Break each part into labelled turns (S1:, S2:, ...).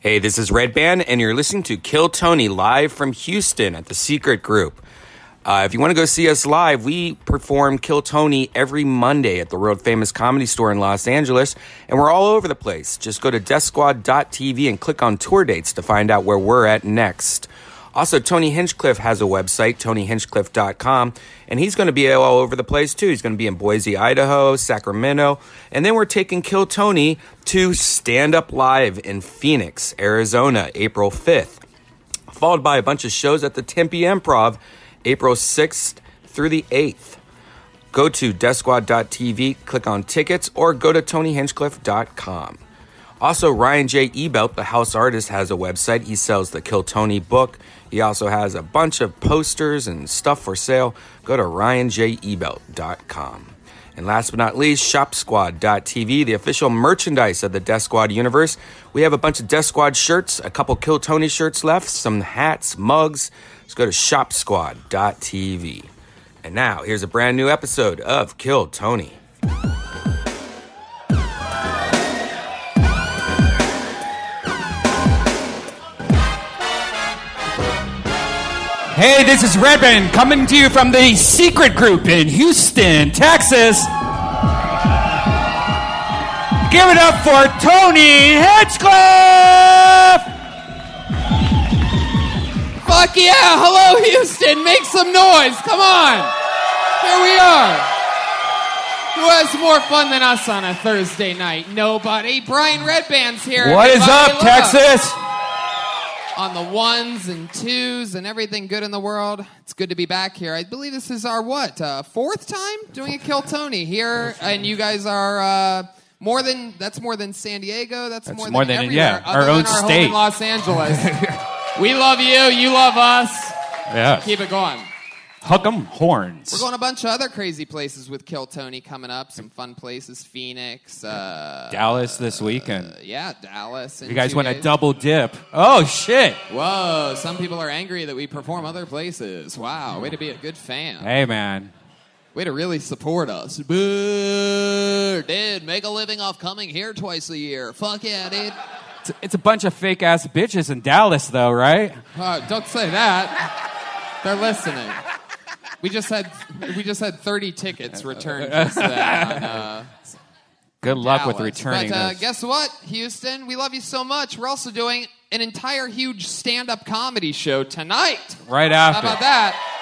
S1: Hey, this is Red Band, and you're listening to Kill Tony live from Houston at the Secret Group. Uh, if you want to go see us live, we perform Kill Tony every Monday at the world famous comedy store in Los Angeles, and we're all over the place. Just go to DeathSquad.tv and click on tour dates to find out where we're at next. Also, Tony Hinchcliffe has a website, tonyhinchcliffe.com, and he's going to be all over the place too. He's going to be in Boise, Idaho, Sacramento, and then we're taking Kill Tony to Stand Up Live in Phoenix, Arizona, April 5th, followed by a bunch of shows at the Tempe Improv, April 6th through the 8th. Go to desquad.tv, click on tickets, or go to tonyhinchcliffe.com. Also, Ryan J. Ebelt, the house artist, has a website. He sells the Kill Tony book. He also has a bunch of posters and stuff for sale. Go to ryanjebelt.com. And last but not least, shopsquad.tv, the official merchandise of the Death Squad universe. We have a bunch of Death Squad shirts, a couple Kill Tony shirts left, some hats, mugs. Let's go to shopsquad.tv. And now, here's a brand new episode of Kill Tony.
S2: Hey, this is Redman coming to you from the secret group in Houston, Texas. Give it up for Tony Hedgecliff!
S3: Fuck yeah! Hello, Houston! Make some noise! Come on! Here we are! Who has more fun than us on a Thursday night? Nobody. Brian Redband's here.
S2: What is
S3: everybody.
S2: up,
S3: Look.
S2: Texas?
S3: On the ones and twos and everything good in the world. It's good to be back here. I believe this is our, what, uh, fourth time doing a Kill Tony here. And you guys are uh, more than, that's more than San Diego. That's, more,
S2: more than-
S3: than, everywhere.
S2: yeah,
S3: other
S2: our
S3: than
S2: own
S3: our home
S2: state.
S3: in Los Angeles. we love you. You love us.
S2: Yeah.
S3: Keep it going.
S2: Huck 'em
S3: We're
S2: horns.
S3: going a bunch of other crazy places with Kill Tony coming up. Some fun places, Phoenix. Uh,
S2: Dallas this weekend.
S3: yeah, Dallas. in
S2: You guys
S3: Uh, two
S2: want a
S3: days.
S2: double dip? Oh, shit.
S3: Whoa! Some people are angry that we perform other places. Wow, way to be a good fan.
S2: Hey, man.
S3: Way to really support us. Boo! Dude, make a living off coming here twice a year. Fuck yeah, dude.
S2: It's, it's a bunch of fake ass bitches in Dallas, though, right?
S3: Uh, don't say that. They're listening. We just had we just had 30 tickets returned just then on, uh,
S2: Good luck with
S3: Dallas.
S2: returning
S3: But uh,
S2: those.
S3: guess what, Houston? We love you so much. We're also doing an entire huge stand-up comedy show tonight.
S2: Right
S3: How
S2: after.
S3: about that?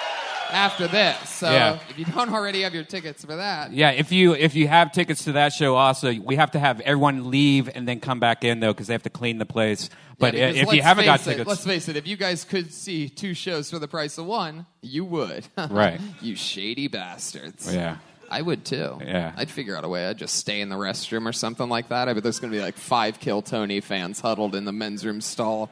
S3: After this, so
S2: Yeah.
S3: if you don't already have your tickets for that,
S2: Yeah, if you if you have tickets to that show, also we have to have everyone leave and then come back in though, because they have to clean the place. But
S3: Yeah,
S2: i-
S3: because
S2: if you
S3: let's
S2: haven't got
S3: face it- let's
S2: tickets,
S3: face it. If you guys could see two shows for the price of one, you would.
S2: Right.
S3: you shady bastards.
S2: yeah,
S3: I would too.
S2: Yeah.
S3: I'd figure out a way. I'd just stay in the restroom or something like that. I bet there's going to be like five Kill Tony fans huddled in the men's room stall.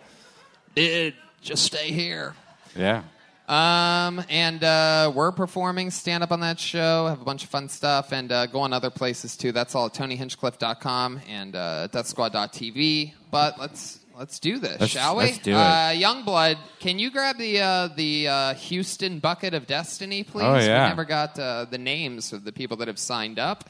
S3: Dude, just stay here.
S2: yeah,
S3: Um, and uh, we're performing stand up on that show, have a bunch of fun stuff, and uh, go on other places too. That's all at TonyHinchcliffe.com and uh, DeathSquad.tv. But let's let's do this,
S2: Let's-
S3: shall we?
S2: let's do it.
S3: Uh, Youngblood, can you grab the uh, the uh, Houston bucket of destiny, please?
S2: Oh, yeah.
S3: We never got uh, the names of the people that have signed up.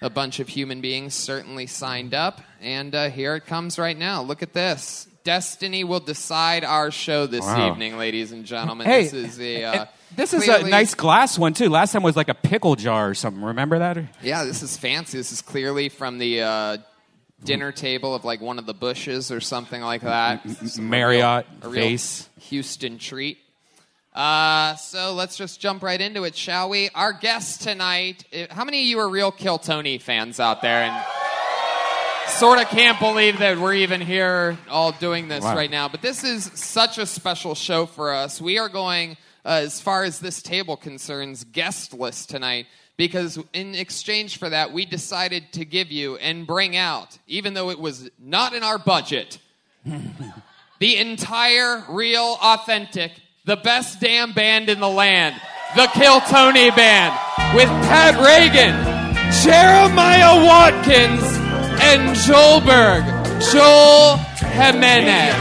S3: A bunch of human beings certainly signed up, and uh, here it comes right now. Look at this. Destiny will decide our show this
S2: Wow.
S3: evening, ladies and gentlemen.
S2: Hey,
S3: this is a uh,
S2: this is a
S3: clearly-
S2: nice glass one too. Last time was like a pickle jar or something. Remember that?
S3: Yeah, this is fancy. This is clearly from the uh, dinner table of like one of the bushes or something like that. Some real-
S2: Marriott
S3: a real
S2: face.
S3: Houston treat. Uh, so let's just jump right into it, shall we? Our guest tonight. i- How many of you are real Kill Tony fans out there? And sort of can't believe that we're even here all doing this
S2: Wow.
S3: right now. But this is such a special show for us. We are going, uh, as far as this table concerns, guestless tonight because in exchange for that, we decided to give you and bring out, even though it was not in our budget, the entire, real, authentic, the best damn band in the land, the Kill Tony Band, with Pat Reagan, Jeremiah Watkins, and Joel Berg, Joel Jimenez.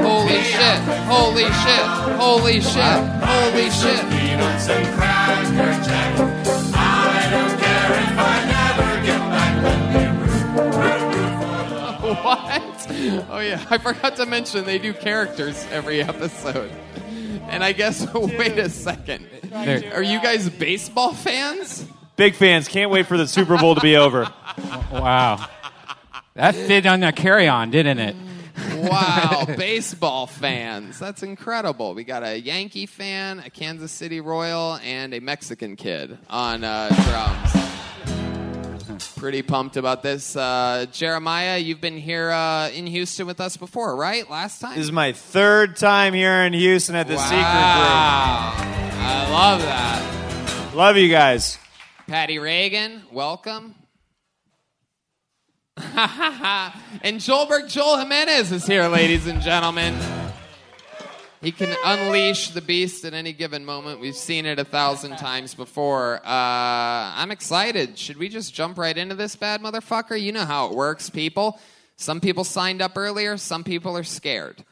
S3: Holy shit, holy shit, holy shit, holy shit.
S4: Peanuts and Cracker Jack. I don't care if I never get back.
S3: what? Oh yeah, I forgot to mention they do characters every episode. And I guess wait a second.
S2: There.
S3: Are you guys baseball fans?
S5: Big fans. Can't wait for the Super Bowl to be over.
S2: Wow. That fit on a carry on, didn't it?
S3: Wow, baseball fans. That's incredible. We got a Yankee fan, a Kansas City Royal, and a Mexican kid on uh, drums. Pretty pumped about this. Uh, Jeremiah, you've been here uh, in Houston with us before, right? Last time?
S5: This is my third time here in Houston at the Secret
S3: wow. I love that.
S5: Group. Love you guys.
S3: Patty Reagan, welcome. and Joelberg Joel Jimenez is here, ladies and gentlemen. He can unleash the beast at any given moment. We've seen it a thousand times before. Uh, I'm excited. Should we just jump right into this bad motherfucker? You know how it works, people. Some people signed up earlier, some people are scared.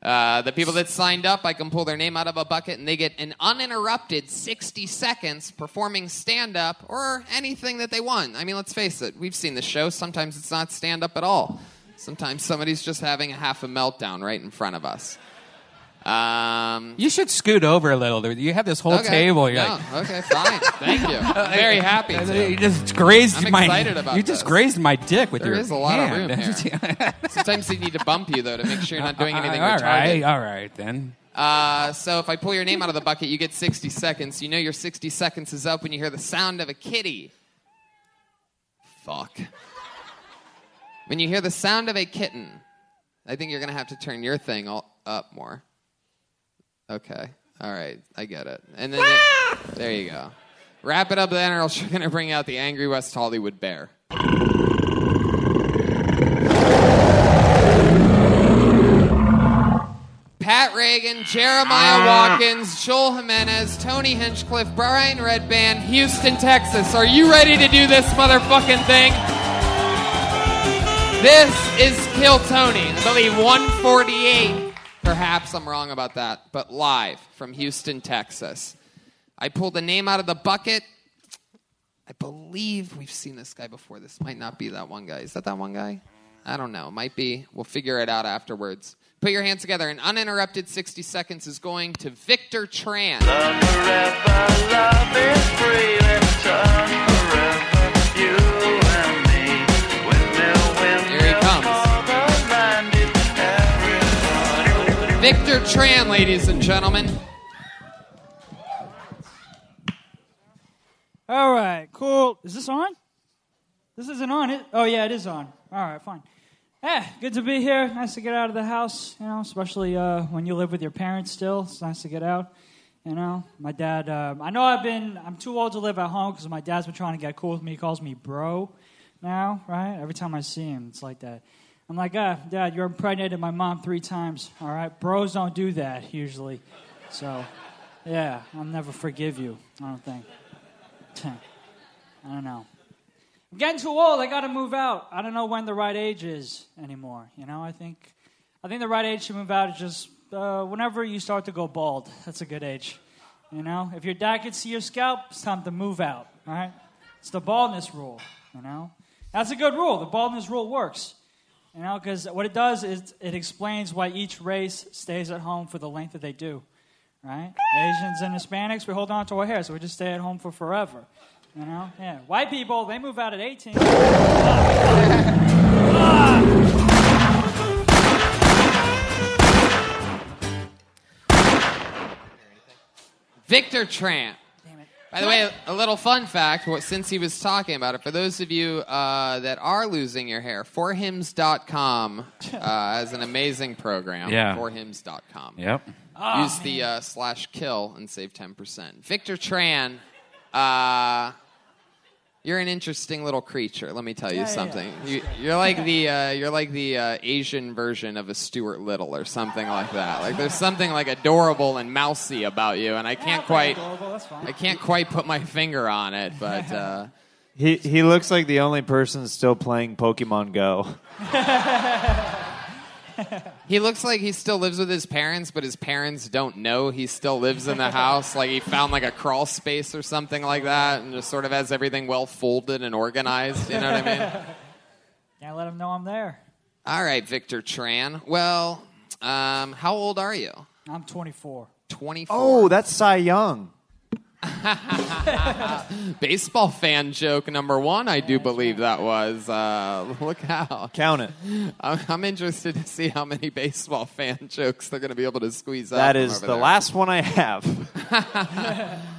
S3: Uh, the people that signed up, I can pull their name out of a bucket and they get an uninterrupted 60 seconds performing stand up or anything that they want. I mean, let's face it, we've seen the show. Sometimes it's not stand up at all. Sometimes somebody's just having a half a meltdown right in front of us. Um,
S2: You should scoot over a little. You have this whole
S3: okay.
S2: table. You're
S3: No, okay, fine. Thank you. I'm very happy
S2: like,
S3: to.
S2: you just grazed
S3: I'm
S2: my.
S3: excited about
S2: you just
S3: this.
S2: grazed my dick with
S3: There
S2: your.
S3: is a lot of
S2: hand.
S3: room here. Sometimes they need to bump you though to make sure you're not doing anything
S2: all
S3: retarded.
S2: right, all right then.
S3: Uh, so if I pull your name out of the bucket, you get 60 seconds. You know your 60 seconds is up when you hear the sound of a kitty. Fuck. When you hear the sound of a kitten, I think you're going to have to turn your thing all up more. Okay. All right. I get it. And then there you go. Wrap it up then, or else you're going to bring out the angry West Hollywood bear. Pat Reagan, Jeremiah Watkins, Joel Jimenez, Tony Hinchcliffe, Brian Redband, Houston, Texas. Are you ready to do this motherfucking thing? This is Kill Tony, I believe 148. Perhaps I'm wrong about that, but live from Houston, Texas. I pulled the name out of the bucket. I believe we've seen this guy before. This might not be that one guy. Is that that one guy? I don't know. It might be. We'll figure it out afterwards. Put your hands together. An uninterrupted 60 seconds is going to Victor Tran. Here he comes. Victor Tran, ladies and gentlemen.
S6: All right, cool. Is this on? This isn't on. It, oh yeah, it is on. All right, fine. Eh, good to be here. Nice to get out of the house. You know, especially uh, when you live with your parents still. It's nice to get out. You know, my dad. Uh, I know I've been. I'm too old to live at home because my dad's been trying to get cool with me. He calls me bro now, right? Every time I see him, it's like that. I'm like, ah, dad, you're impregnated my mom three times. All right, bros don't do that usually. So, yeah, I'll never forgive you. I don't think. I don't know. I'm getting too old. I got to move out. I don't know when the right age is anymore. You know, I think, I think the right age to move out is just uh, whenever you start to go bald. That's a good age. You know, if your dad can see your scalp, it's time to move out. All right, it's the baldness rule. You know, that's a good rule. The baldness rule works. You know, because what it does is it explains why each race stays at home for the length that they do right? Asians and Hispanics, we hold on to our hair, so we just stay at home for forever. You know? Yeah. White people, they move out at 18.
S3: Victor Tran. By the way, a little fun fact wh- since he was talking about it, for those of you uh, that are losing your hair, forhims.com uh, has an amazing program.
S2: Yeah.
S3: Forhims.com.
S2: Yep.
S3: Use the uh, slash kill and save 10%. Victor Tran, uh, you're an interesting little creature, let me tell you
S6: Yeah, yeah,
S3: something. You, you're like the, uh, you're like the uh, Asian version of a Stuart Little or something like that. Like there's something like adorable and mousy about you, and I can't quite.
S6: Adorable, that's fine.
S3: I can't quite put my finger on it, but uh,
S5: He he looks like the only person still playing Pokemon Go.
S3: he looks like he still lives with his parents, but his parents don't know he still lives in the house. Like he found like a crawl space or something like that, and just sort of has everything well folded and organized. You know what I mean?
S6: Can't let them know I'm there.
S3: All right, Victor Tran. Well, um, how old are you?
S6: I'm 24.
S3: 24.
S5: Oh, that's Cy Young.
S3: baseball fan joke number one, I do believe that was. Uh, look out.
S5: Count it.
S3: I'm, I'm interested to see how many baseball fan jokes they're going to be able to squeeze out.
S5: That
S3: from
S5: is
S3: over
S5: the
S3: there.
S5: last one I have.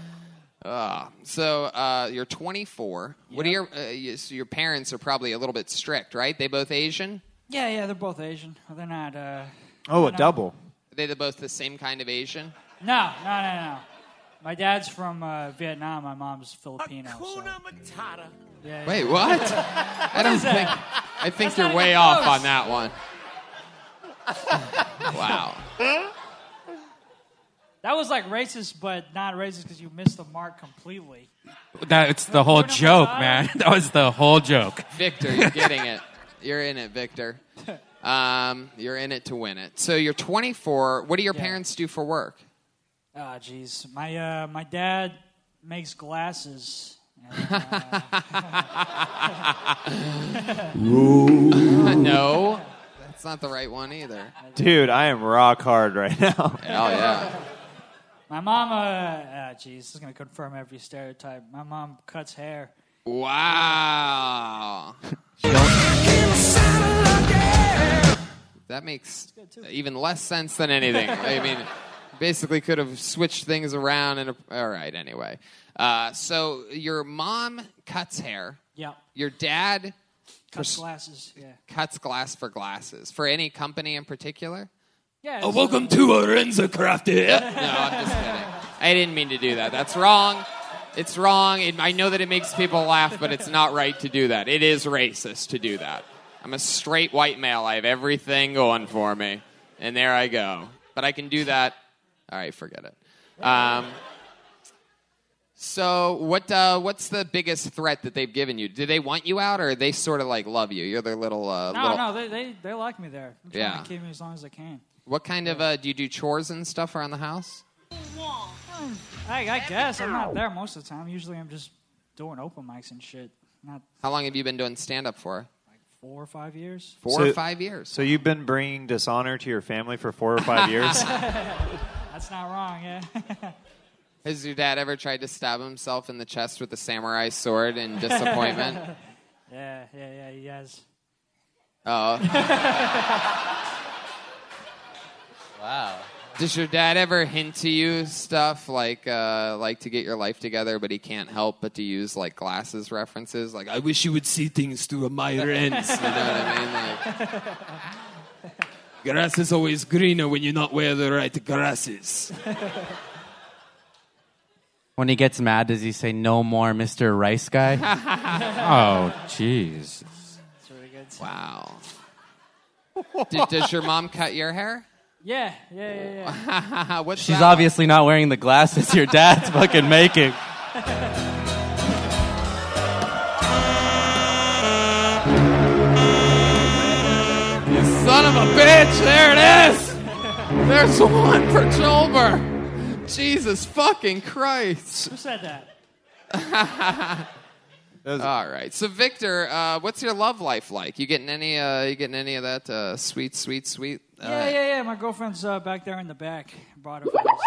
S3: Ah, So uh, you're 24. What are your, uh, you, so your parents are probably a little bit strict, right? They both Asian?
S6: Yeah, yeah, they're both Asian. They're not. Uh...
S5: Oh, a
S6: no.
S5: double.
S3: They They're both the same kind of Asian?
S6: No, no, no, no. My dad's from uh, Vietnam. My mom's Filipino. So. Yeah,
S3: Wait, what? I don't think. I think
S6: That's
S3: you're
S6: not
S3: way
S6: even
S3: off
S6: close.
S3: on that one. wow.
S6: That was like racist, but not racist because you missed the mark completely.
S2: That's the whole joke, man. That was the whole joke.
S3: Victor, you're getting it. You're in it, Victor. Um, you're in it to win it. So you're 24. What do your
S6: Yeah.
S3: parents do for work?
S6: Ah, jeez. My uh, my dad makes glasses. uh,
S3: no, that's not the right one either.
S5: Dude, I am rock hard right now.
S3: Hell yeah.
S6: My mom, uh, ah, jeez, this is gonna confirm every stereotype. My mom cuts hair.
S3: Wow. That makes even less sense than anything. I mean, basically could have switched things around. And all right, anyway. Uh, so your mom cuts hair.
S6: Yeah,
S3: Your dad
S6: cuts glasses. Yeah.
S3: cuts glass for glasses for any company in particular.
S6: Yeah. it's-
S2: Oh, Welcome to Orenza Craft.
S3: No, I'm just kidding. I didn't mean to do that. That's wrong. It's wrong. It, I know that it makes people laugh, but it's not right to do that. It is racist to do that. I'm a straight white male. I have everything going for me, and there I go. But I can do that. All right, forget it. Um, so, what? Uh, what's the biggest threat that they've given you? Do they want you out, or they sort of like love you? You're their little. Uh,
S6: No,
S3: little...
S6: no, they, they they like me there. I'm trying
S3: Yeah.
S6: to keep me as long as I can.
S3: What kind of? Uh, do you do chores and stuff around the house?
S6: I, I guess I'm not there most of the time. Usually, I'm just doing open mics and shit. Not
S3: How long have you been doing stand up for?
S6: four or five years.
S3: Four or
S5: So-
S3: five years.
S5: So you've been bringing dishonor to your family for four or five years?
S6: That's not wrong. Yeah.
S3: Has your dad ever tried to stab himself in the chest with a samurai sword in disappointment?
S6: yeah, yeah, yeah. He has.
S3: oh. wow. Does your dad ever hint to you stuff like uh, like to get your life together, but he can't help but to use like glasses references? Like I wish you would see things through my lens. you know what I mean? Like,
S7: Grass is always greener when you not wear the right glasses.
S8: When he gets mad, does he say no more, Mr. Rice Guy?
S2: Oh, jeez.
S6: It's really good.
S3: wow. Did, does your mom cut your hair?
S6: Yeah, yeah, yeah, yeah.
S3: What's
S8: She's
S3: that like?
S8: obviously not wearing the glasses your dad's fucking making.
S3: Son of a bitch, there it is! There's one for Jolber! Jesus fucking Christ.
S6: Who said that?
S3: All right. So Victor, uh, what's your love life like? You getting any uh, you getting any of that uh, sweet sweet sweet? Uh,
S6: Yeah, yeah, yeah. My girlfriend's uh, back there in the back. Brought her. for us.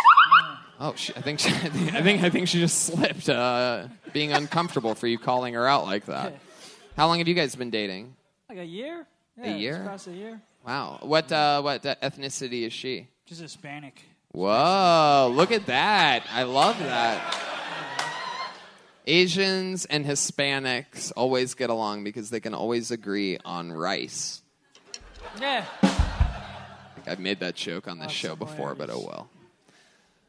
S3: Oh, she, I think she, I think I think she just slipped uh, being uncomfortable for you calling her out like that. How long have you guys been dating?
S6: Like a year. Yeah,
S3: A
S6: just
S3: year?
S6: Past a year.
S3: Wow. What uh, what ethnicity is she?
S6: She's Hispanic.
S3: Whoa, look at that. I love that. Asians and Hispanics always get along because they can always agree on rice.
S6: Yeah.
S3: I think I've made that joke on this
S6: That's
S3: show before, but
S6: hilarious.
S3: oh well.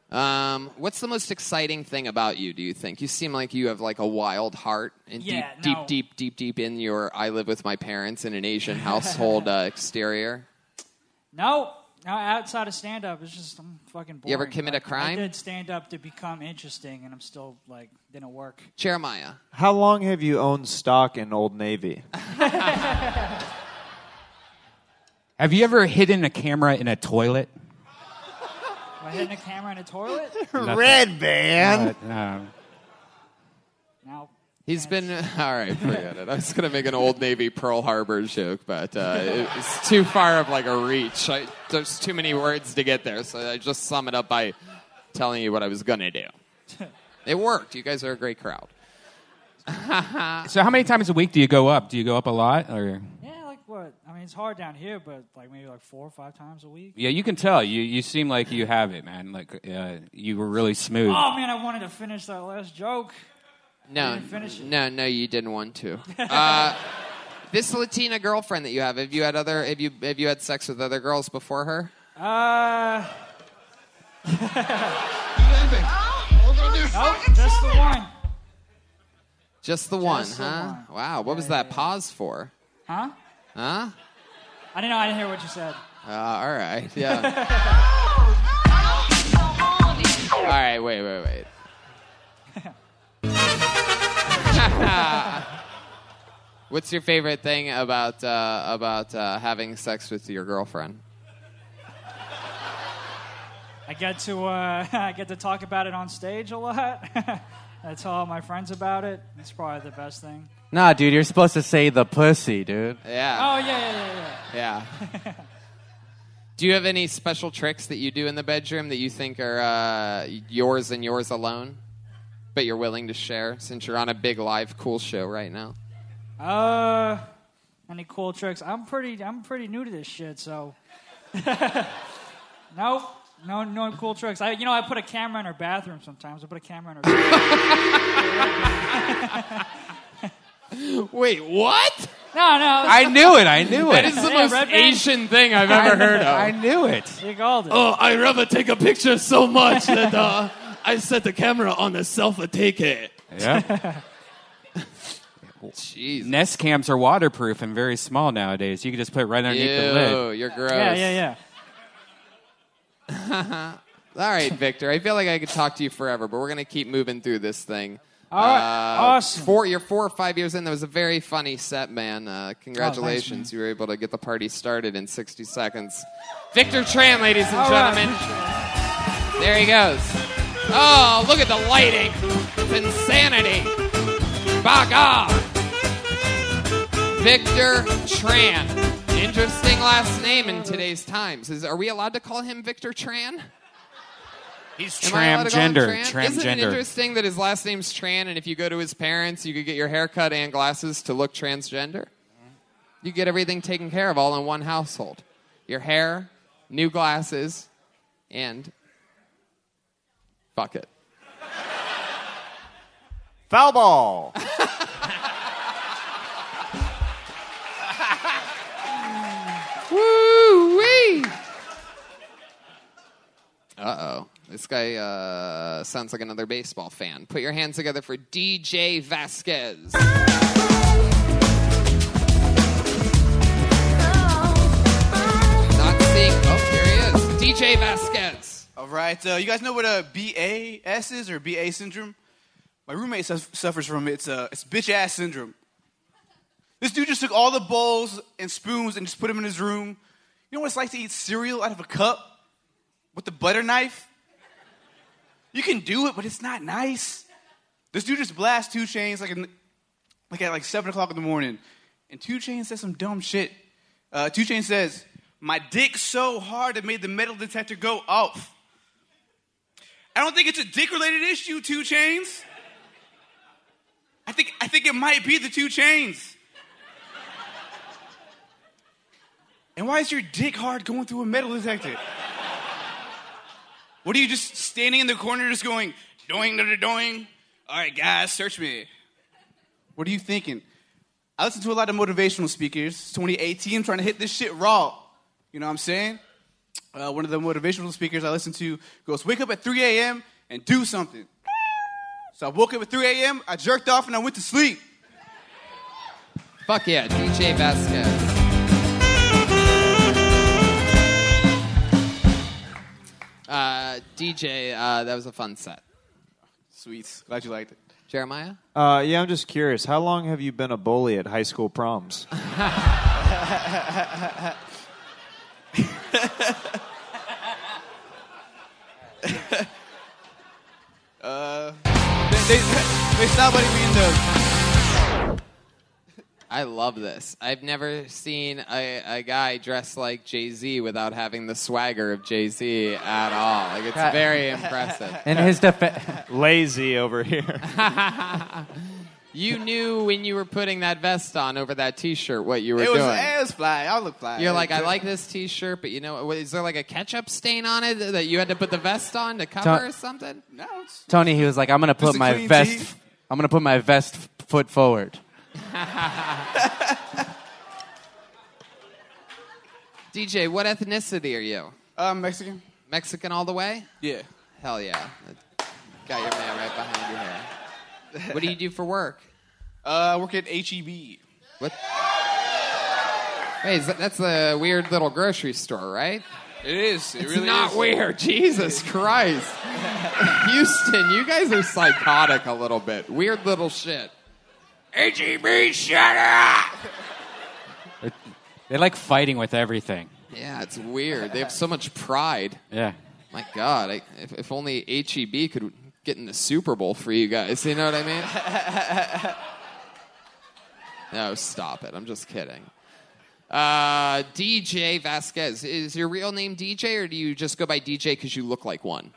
S3: Um, what's the most exciting thing about you, do you think? You seem like you have like a wild heart and
S6: Yeah,
S3: deep,
S6: no.
S3: deep, deep, deep, deep in your I live with my parents in an Asian household uh, exterior.
S6: No, no. Outside of stand up, it's just I'm fucking boring.
S3: You ever commit a
S6: Like,
S3: crime?
S6: I did stand up to become interesting, and I'm still like didn't work.
S3: Jeremiah.
S5: How long have you owned stock in Old Navy?
S2: Have you ever hidden a camera in a toilet?
S6: Am I hitting a camera in a toilet?
S2: Red band.
S6: No.
S3: He's been all right. Forget it. I was gonna make an old Navy Pearl Harbor joke, but uh, it's too far of like a reach. I, there's too many words to get there, so I just sum it up by telling you what I was gonna do. It worked. You guys are a great crowd.
S2: So how many times a week do you go up? Do you go up a lot? Or
S6: Yeah, like what? I mean, it's hard down here, but like maybe like four or five times a week.
S2: yeah, you can tell. You you seem like you have it, man. Like uh, you were really smooth.
S6: Oh man, I wanted to finish that last joke.
S3: No,
S6: didn't finish it.
S3: no, no, you didn't want to. Uh, this Latina girlfriend that you have, have you had other? Have you have you had sex with other girls before her?
S6: Uh,
S4: Oh,
S6: oh, just the one.
S3: Just the one,
S6: the
S3: huh?
S6: one.
S3: Wow, what was that pause for?
S6: Huh?
S3: Huh?
S6: I didn't know. I didn't hear what you said.
S3: Uh, all right, yeah. all right, wait, wait, wait. What's your favorite thing about uh, about uh, having sex with your girlfriend?
S6: I get to uh, I get to talk about it on stage a lot. I tell all my friends about it. It's probably the best thing.
S8: Nah, dude, you're supposed to say the pussy, dude.
S3: Yeah,
S6: Oh yeah, yeah, yeah. yeah.
S3: yeah. do you have any special tricks that you do in the bedroom that you think are uh, yours and yours alone, but you're willing to share since you're on a big live cool show right now?
S6: Uh, any cool tricks? I'm pretty. I'm pretty new to this shit, so. nope. No, no cool tricks. I, you know, I put a camera in her bathroom sometimes. I put a camera in her. bathroom.
S3: Wait, what?
S6: no, no.
S2: I knew it. I knew
S3: That is
S2: it.
S3: the
S6: Yeah,
S3: most
S6: Red Band.
S3: Asian thing I've ever heard of.
S2: I knew it.
S6: You called it.
S7: Oh, I rather take a picture so much that uh, I set the camera on the self a take it.
S2: Yeah.
S3: Jeez.
S2: Nest cams are waterproof and very small nowadays. You can just put it right underneath the lid.
S3: Ew, you're gross.
S6: yeah, yeah, yeah.
S3: All right, Victor. I feel like I could talk to you forever, but we're gonna keep moving through this thing.
S6: All right,
S3: Uh,
S6: awesome.
S3: Four, you're four or five years in. That was a very funny set, man. Uh, congratulations,
S6: Oh, thanks,
S3: you were able to get the party started in 60 seconds. Victor Tran, ladies and
S6: All right,
S3: gentlemen. There he goes. Oh, look at the lighting. It's insanity. Back off. Victor Tran. Interesting last name in today's times. Is, are we allowed to call him Victor Tran?
S2: He's
S3: Am I allowed to call him
S2: transgender.
S3: Tran? Isn't it
S2: Transgender.
S3: interesting that his last name's Tran, and if you go to his parents, you could get your haircut and glasses to look transgender? You get everything taken care of all in one household your hair, new glasses, and fuck it.
S5: Foul ball.
S3: Woo wee! Uh oh. This guy uh, sounds like another baseball fan. Put your hands together for DJ Vasquez. Not seeing. Oh, here he is. DJ Vasquez.
S9: All right. Uh, you guys know what a BAS is or BA syndrome? My roommate suff suffers from it. It's, uh, it's bitch ass syndrome. This dude just took all the bowls and spoons and just put them in his room. You know what it's like to eat cereal out of a cup with the butter knife? You can do it, but it's not nice. This dude just blasts two chains like, in, like at like seven o'clock in the morning, and two chains says some dumb shit. Uh, two chains says, "My dick so hard it made the metal detector go off." I don't think it's a dick related issue, Two Chains. I think, I think it might be the Two Chains. And why is your dick hard going through a metal detector? What are you just standing in the corner just going, doing, da doing? All right, guys, search me. What are you thinking? I listen to a lot of motivational speakers. It's 2018, trying to hit this shit raw. You know what I'm saying? uh, one of the motivational speakers I listen to goes, Wake up at 3 a.m. and do something. So I woke up at 3 a.m., I jerked off, and I went to sleep.
S3: Fuck yeah, DJ Vasquez. Uh, DJ, uh, that was a fun set.
S9: Sweets. Glad you liked it.
S3: Jeremiah?
S5: Uh, yeah, I'm just curious. How long have you been a bully at high school proms?
S9: Uh, They, they, they stopped letting me in the.
S3: I love this. I've never seen a, a guy dressed like Jay Z without having the swagger of Jay Z at all. Like it's very impressive.
S8: In his defense,
S5: Lazy over here.
S3: You knew when you were putting that vest on over that T-shirt what you were
S9: It was,
S3: doing.
S9: it was fly. I look fly.
S3: You're like, I like this T-shirt, but you know, what- is there like a ketchup stain on it that you had to put the vest on to cover
S8: Don't-
S3: or something?
S9: No, it's-
S8: Tony, he was like, "I'm gonna put
S9: Just a
S8: my
S9: clean
S8: vest.
S9: tee.
S8: I'm gonna put my vest f- foot forward."
S3: DJ, what ethnicity are you?
S9: uh, Mexican.
S3: Mexican all the way?
S9: Yeah.
S3: Hell yeah! Got your man right behind you here. What do you do for work?
S9: Uh, I work at HEB.
S3: What? Hey, is that, that's a weird little grocery store, right?
S9: It is. It
S3: It's
S9: really
S3: not
S9: is.
S3: weird. Jesus Christ. Houston, you guys are psychotic a little bit. Weird little shit.
S2: E
S1: HEB, shut up!
S2: They like fighting with everything.
S3: Yeah, it's weird. They have so much pride.
S2: Yeah.
S3: My God, I, if, if only HEB could get in the Super Bowl for you guys. You know what I mean? no, stop it. I'm just kidding. Uh, DJ Vasquez. Is your real name DJ, or do you just go by DJ because you look like one?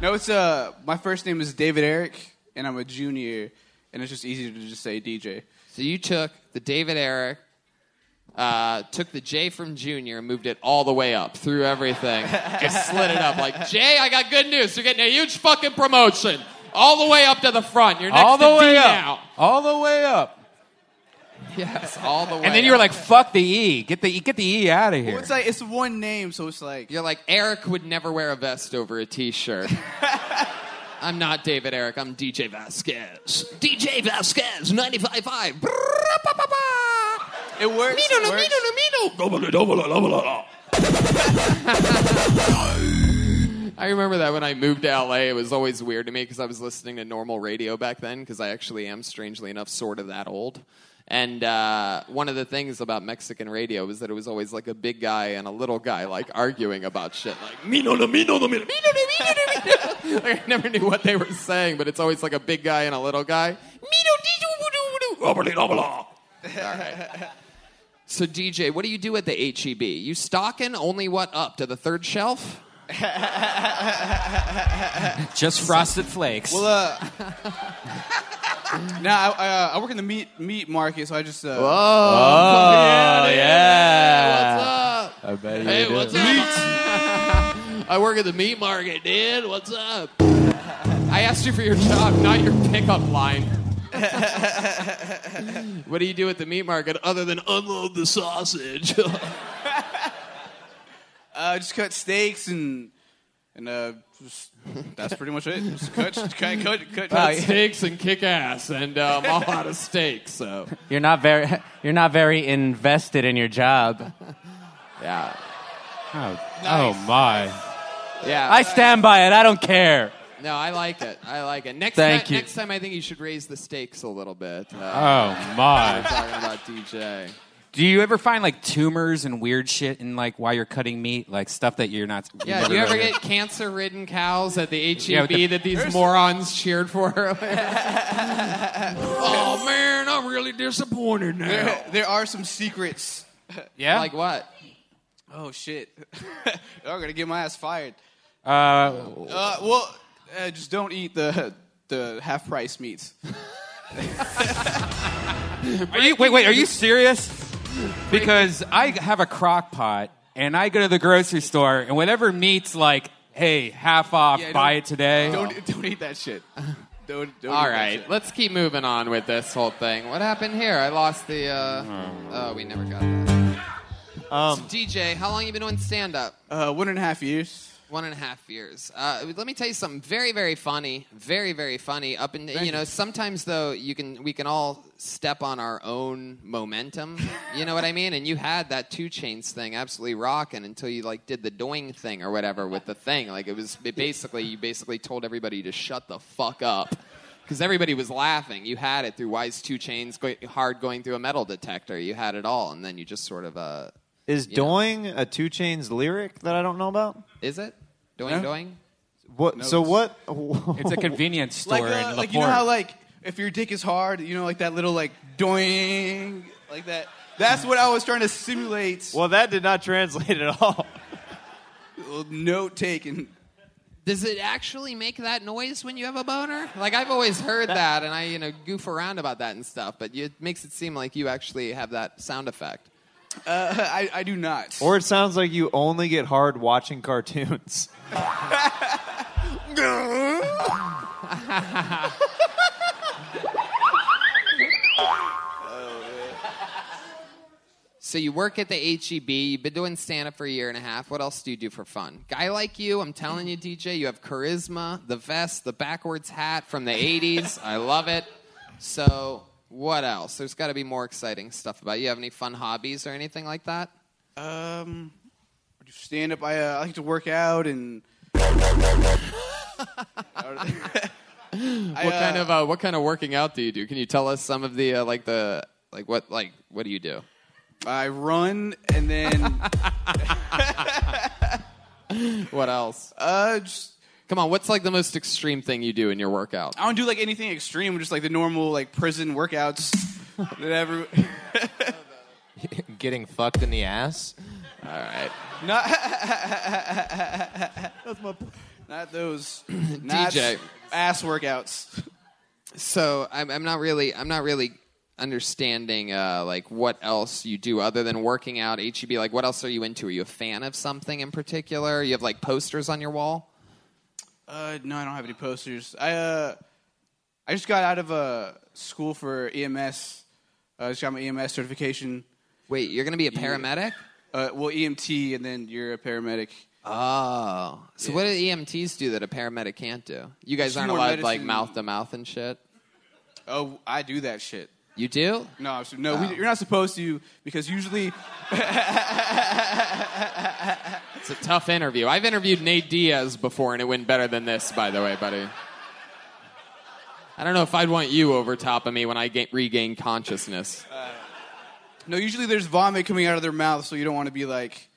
S9: No, it's uh, my first name is David Eric, and I'm a junior, and it's just easier to just say DJ.
S3: So you took the David Eric, uh, took the J from Junior, and moved it all the way up through everything. Just slid it up like Jay. I got good news. You're getting a huge fucking promotion. All the way up to the front. You're next
S2: All
S3: to
S2: the
S3: D
S2: way
S3: now.
S2: up. All the way up.
S3: Yes, all the way.
S2: And then you were like, "Fuck the E. Get the E. Get the E out of
S9: Well,
S2: here."
S9: it's like it's one name, so it's like
S3: you're like Eric would never wear a vest over a t-shirt. I'm not David Eric. I'm DJ Vasquez. DJ Vasquez, 95.5. Brrrr, ba, ba, ba.
S9: it works.
S3: Me no,
S9: it
S3: no, me
S9: works.
S3: no, no, me no. I remember that when I moved to LA, it was always weird to me because I was listening to normal radio back then because I actually am, strangely enough, sort of that old. And uh, one of the things about Mexican radio was that it was always like a big guy and a little guy like arguing about shit, like me no, no, me no, no, me no, me no, no, me no, me no. Like, I never knew what they were saying, but it's always like a big guy and a little guy. Me no, di do, wo, do, wo, do. All right. So DJ, what do you do at the HEB? You stocking only what up to the third shelf?
S2: Just frosted flakes.
S9: Well, uh, no, I, I, uh, I work in the meat meat market, so I just uh,
S2: oh yeah.
S3: What's up?
S2: I bet you
S3: Hey,
S2: do.
S3: what's up? I work at the meat market, dude. What's up? I asked you for your job, not your pickup line. what do you do at the meat market other than unload the sausage?
S9: uh, just cut steaks and and uh, just, that's pretty much it. Just cut, cut, cut, cut.
S3: Cut steaks and kick ass, and uh, I'm all out of steak, so.
S8: You're not very. You're not very invested in your job.
S3: Yeah.
S2: Oh, oh my.
S3: Yeah.
S8: I stand by it. I don't care.
S3: no, I like it. I like it. Next,
S8: Thank
S3: time,
S8: you.
S3: next time, I think you should raise the stakes a little bit. Uh,
S2: Oh my.
S3: Talking about DJ.
S2: Do you ever find like tumors and weird shit in like while you're cutting meat, like stuff that you're not?
S3: Yeah, do you ever get cancer-ridden cows at the HEB
S2: Yeah, with the-
S3: that these morons cheered for? oh man, I'm really disappointed now.
S9: There, there are some secrets.
S2: Yeah.
S3: Like what?
S9: Oh shit! I'm gonna get my ass fired.
S2: uh,
S9: Uh, well, uh, just don't eat the the half price meats.
S2: Are you, wait, wait, are you serious? Because I have a crock pot and I go to the grocery store and whatever meat's like, hey, half off,
S9: Yeah,
S2: buy
S9: don't-
S2: it today.
S9: Don't don't eat that shit. Don't, don't eat
S3: All
S9: that
S3: right,
S9: shit.
S3: let's keep moving on with this whole thing. What happened here? I lost the. Uh... Oh, we never got that.
S5: Um,
S3: DJ, how long you been doing stand-up?
S9: Uh, one and a half years.
S3: One and a half years. Uh, let me tell you something very, very funny. Very, very funny. Up in you know, sometimes though you can we can all step on our own momentum. you know what I mean? And you had that two chains thing absolutely rocking until you like did the doing thing or whatever with the thing. Like it was it basically you basically told everybody to shut the fuck up. Because everybody was laughing. You had it through Wise Two Chains, go- hard going through a metal detector. You had it all, and then you just sort of uh,
S5: Is doing a Two Chains lyric that I don't know about?
S3: is it doing
S9: No.
S3: doing?
S5: What? So
S9: it's-
S5: what?
S2: It's a convenience store
S9: like, uh,
S2: in
S9: like you know how like if your dick is hard, you know, like that little like doing, like that. That's what I was trying to simulate.
S5: Well, that did not translate at all.
S9: Note taken.
S3: Does it actually make that noise when you have a boner? Like I've always heard that, and I you know goof around about that and stuff, but it makes it seem like you actually have that sound effect.
S9: Uh, I, I do not.
S5: Or it sounds like you only get hard watching cartoons.
S9: Uh,
S3: So you work at the HEB. You've been doing stand up for a year and a half. What else do you do for fun? Guy like you, I'm telling you, DJ, you have charisma, the vest, the backwards hat from the 80s. I love it. So what else? There's got to be more exciting stuff about you. You have any fun hobbies or anything like that?
S9: Um, I do stand up. I, uh, I like to work out and. I,
S3: what
S9: uh,
S3: kind of uh, what kind of working out do you do? Can you tell us some of the uh, like the like what like what do you do?
S9: I run and then
S3: What else?
S9: uh, just,
S3: Come on, what's like the most extreme thing you do in your workout?
S9: I don't do like anything extreme. Just like the normal like prison workouts. that every
S10: Getting fucked in the ass.
S3: uh, All right.
S9: not not those not
S3: DJ.
S9: ass workouts.
S3: So I'm, I'm not really I'm not really understanding uh, like what else you do other than working out. HEB, like what else are you into? Are you a fan of something in particular? You have like posters on your wall.
S9: Uh, no, I don't have any posters. I uh, I just got out of uh, school for EMS. I uh, just got my EMS certification. E
S3: Wait, you're gonna be a paramedic?
S9: Uh, well, EMT, and then you're a paramedic.
S3: Oh, so what do EMTs do that a paramedic can't do? You guys
S9: Just
S3: aren't
S9: more
S3: allowed like
S9: medicine.
S3: mouth to mouth and shit.
S9: Oh, I do that shit.
S3: You do?
S9: No, I'm su-
S3: Oh.
S9: no, we, you're not supposed to because usually
S3: It's a tough interview. I've interviewed Nate Diaz before, and it went better than this, by the way, buddy. I don't know if I'd want you over top of me when I ga- regain consciousness.
S9: no, usually there's vomit coming out of their mouth, so you don't want to be like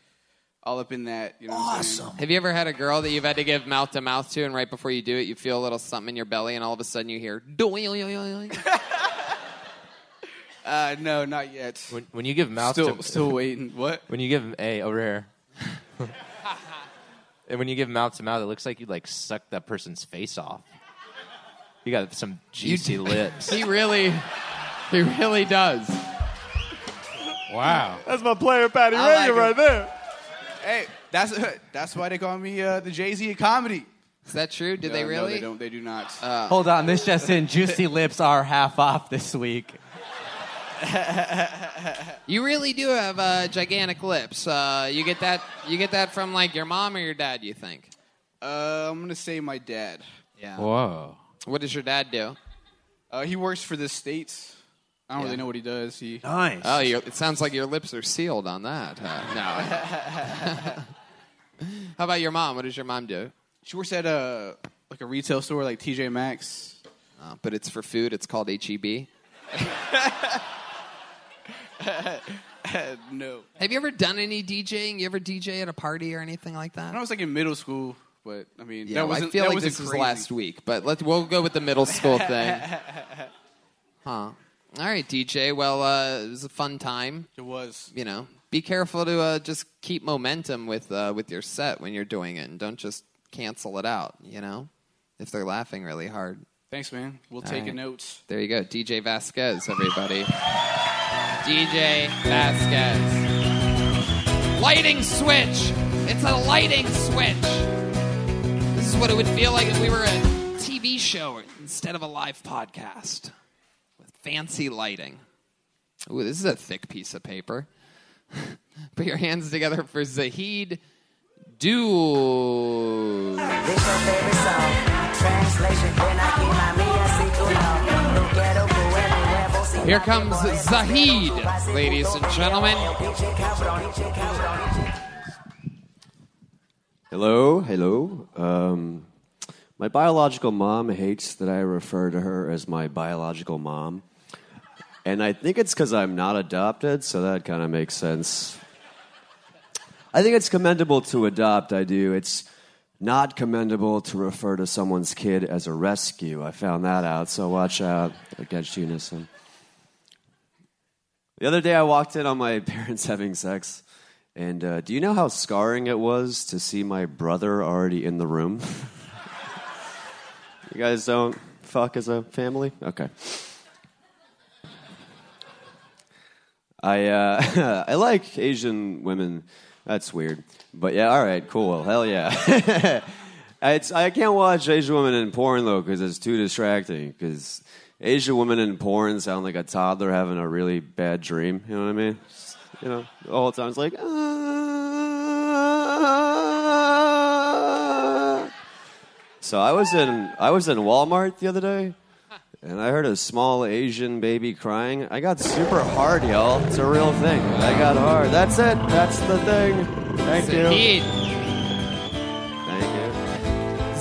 S9: all up in that. You know awesome.
S3: Have you ever had a girl that you've had to give mouth to mouth to, and right before you do it, you feel a little something in your belly, and all of a sudden you hear doing.
S9: Uh, no, not yet.
S10: When, when you give mouth
S9: Still,
S10: to
S9: still waiting. What?
S10: when you give a over here. and when you give mouth to mouth, it looks like you like suck that person's face off. You got some juicy lips.
S3: He really, he really does.
S2: Wow.
S5: That's my player Patty
S3: I like
S5: Reagan
S3: it.
S5: right there.
S9: Hey, that's that's why they call me uh, the Jay Z of comedy.
S3: Is that true? Did they
S9: No,
S3: really?
S9: No, they
S3: Uh,
S9: don't. They do not.
S8: Uh, Hold on, this just in. Juicy lips are half off this week.
S3: You really do have uh, gigantic lips. Uh, you get that? You get that from like your mom or your dad? You think?
S9: uh, I'm gonna say my dad.
S3: Yeah.
S2: Whoa.
S3: What does your dad do?
S9: Uh, he works for the states. I don't
S3: Yeah.
S9: really know what he does. He
S5: Nice.
S3: Oh, you it sounds like your lips are sealed on that. huh? no. How about your mom? What does your mom do?
S9: she works at a like a retail store, like TJ Maxx.
S3: Uh, but it's for food. It's called E HEB.
S9: No,
S3: Have you ever done any DJing? You ever DJ at a party or anything like that?
S9: I was like in middle school, but I mean,
S3: Yeah,
S9: that
S3: well, I
S9: wasn't.
S3: feel
S9: that
S3: like
S9: wasn't
S3: this was
S9: crazy.
S3: last week, but let's we'll go with the middle school thing. huh. All right, DJ. Well, uh, it was a fun time.
S9: It was.
S3: you know, be careful to uh, just keep momentum with uh, with your set when you're doing it, and don't just cancel it out. You know, if they're laughing really hard.
S9: Thanks, man. We'll take a
S3: right.
S9: note.
S3: There you go, DJ Vasquez, everybody. DJ Vasquez. Lighting switch. It's a lighting switch. This is what it would feel like if we were a TV show instead of a live podcast with fancy lighting. Ooh, this is a thick piece of paper. Put your hands together for Zahid Dude. Here comes Zahid, ladies and gentlemen.
S11: Hello, hello. Um, my biological mom hates that I refer to her as my biological mom. And I think it's because I'm not adopted, so that kind of makes sense. I think it's commendable to adopt, I do. It's Not commendable to refer to someone's kid as a rescue. I found that out, so watch out against unison. The other day, I walked in on my parents having sex, and uh, do you know how scarring it was to see my brother already in the room? you guys don't fuck as a family? Okay. I uh, I like Asian women. That's weird, but yeah, all right, cool, hell yeah. it's, I can't watch Asian women in porn though because it's too distracting. Because Asian women in porn sound like a toddler having a really bad dream. You know what I mean? Just, you know, the whole time it's like. "Ah." So I was in I was in Walmart the other day, and I heard a small Asian baby crying. I got super hard, y'all. It's a real thing. I got hard. That's it. That's the thing. Thank you.
S3: Zahid.
S11: Thank you.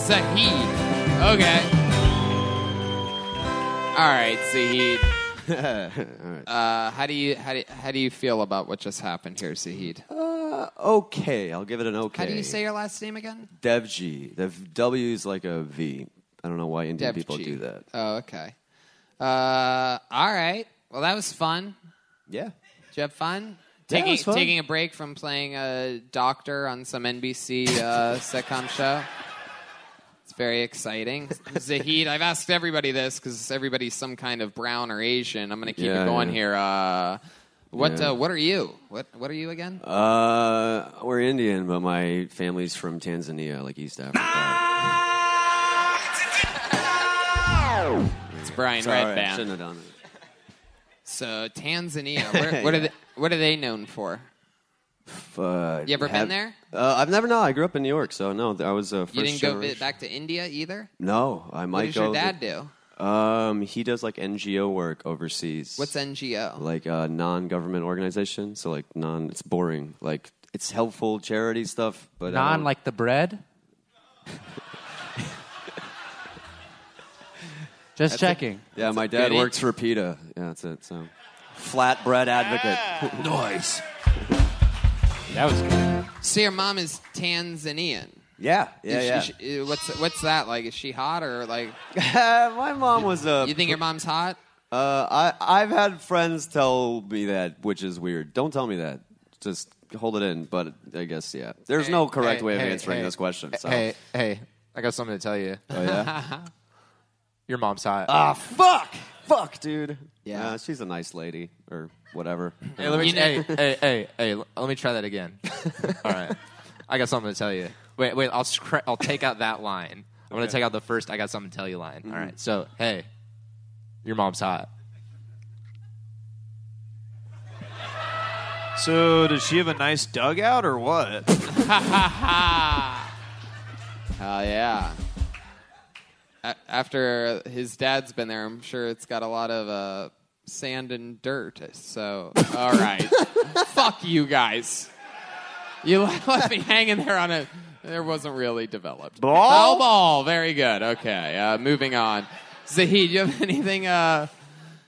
S3: Zahid. Okay. All right, Zahid. Uh, how do you how do, how do you feel about what just happened here, Zahid?
S11: Uh, okay, I'll give it an okay.
S3: How do you say your last name again?
S11: Devji? The W is like a V. I don't know why Indian
S3: Dev
S11: people
S3: G.
S11: do that.
S3: Oh, okay. Uh, all right. Well, that was fun.
S11: Yeah.
S3: Did you have fun?
S11: Yeah, it
S3: Taking,
S11: was fun.
S3: taking a break from playing a doctor on some NBC uh, sitcom show. It's very exciting. Zahid, I've asked everybody this because everybody's some kind of brown or Asian. I'm going to keep
S11: Yeah,
S3: it going
S11: yeah.
S3: here. Uh, what
S11: Yeah.
S3: uh, What are you? What What are you again?
S11: Uh, we're Indian, but my family's from Tanzania, like East
S3: Ah!
S11: Africa.
S3: It's Brian
S11: Sorry, I
S3: Redband.
S11: shouldn't have done it.
S3: So Tanzania. Where, what are
S11: Yeah.
S3: they, What are they known for?
S11: But
S3: You ever been
S11: have-
S3: there?
S11: Uh, I've never. No, I grew up in New York, so no, I was uh, first
S3: You didn't go vi-
S11: generation.
S3: back to India either.
S11: no, I might
S3: what does
S11: go.
S3: your dad do?
S11: do? Um, he does like NGO work overseas.
S3: What's NGO?
S11: like a non-government organization. So like non, it's boring. Like it's helpful charity stuff, but uh, I
S8: Non
S11: don't-
S8: like the bread. Just checking.
S11: yeah, my dad
S8: goodie.
S11: works for PETA. Yeah, that's it. So flatbread advocate.
S7: Noise.
S2: That was good.
S3: So your mom is Tanzanian.
S11: yeah, yeah,
S3: Is
S11: yeah.
S3: she- she- uh, what's what's that like? Is she hot or like?
S11: my mom was a.
S3: You think your mom's hot?
S11: Uh, I I've had friends tell me that, which is weird. Don't tell me that. Just hold it in. But I guess yeah. There's
S3: Hey,
S11: no Oh, correct
S10: hey,
S11: way of
S10: hey,
S11: answering
S10: hey.
S11: this question. So.
S10: Hey, hey, I got something to tell you.
S11: Oh yeah.
S10: Your mom's hot.
S11: Ah fuck, fuck, dude.
S3: Yeah.
S11: Uh, she's a nice lady or whatever.
S10: Hey, let me.
S3: You know-
S10: hey, hey, hey, hey, l- let me try that again. All right, I got something to tell you. Wait, wait. I'll scra- I'll take out that line. I'm gonna take out the first. I got something to tell you line. All
S11: Mm-hmm.
S10: right. So, hey, your mom's hot.
S5: So does she have a nice dugout or what?
S3: Hell yeah. A- after his dad's been there, I'm sure it's got a lot of uh, sand and dirt. So all right, fuck you guys. You left me hanging there on a. There wasn't really developed.
S5: Ball?
S3: Oh, ball. Very good. Okay. Uh, moving on. Zahid, you have anything? Uh,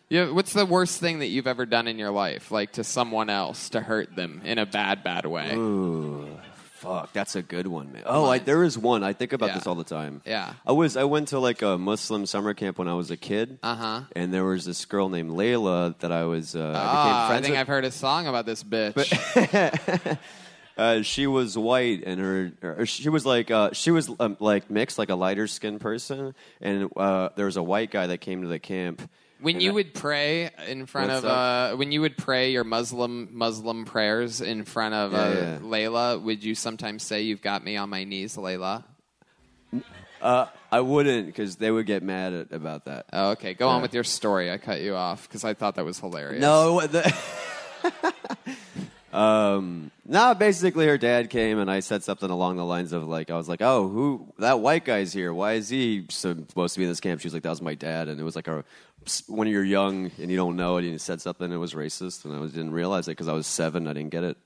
S3: you, what's the worst thing that you've ever done in your life, like to someone else, to hurt them in a bad, bad way?
S11: Ooh, fuck, that's a good one, man. Oh, I, there is one. I think about
S3: Yeah.
S11: this all the time.
S3: Yeah.
S11: I was I went to like a Muslim summer camp when I was a kid.
S3: Uh-huh.
S11: And there was this girl named Layla that I was uh,
S3: Ah,
S11: I
S3: I
S11: became friends
S3: think
S11: with.
S3: I've heard a song about this bitch.
S11: Uh, she was white and her or she was like uh, she was um, like mixed, like a lighter skinned person. And uh, there was a white guy that came to the camp.
S3: when
S11: And
S3: you
S11: I-
S3: would pray in front
S11: What's
S3: of uh, when you would pray your Muslim Muslim prayers in front of uh,
S11: Yeah, yeah.
S3: Layla, would you sometimes say, "You've got me on my knees, Layla"?
S11: Uh, I wouldn't because they would get mad at, about that.
S3: Oh, okay, go on
S11: Yeah.
S3: with your story. I cut you off because I thought that was hilarious.
S11: No, the. um, no, basically her dad came and I said something along the lines of like I was like, "Oh, who that white guy's here? Why is he supposed to be in this camp?" She was like, "That was my dad," and it was like a when you're young and you don't know it and you said something it was racist and I was, didn't realize it because I was seven. I didn't get it.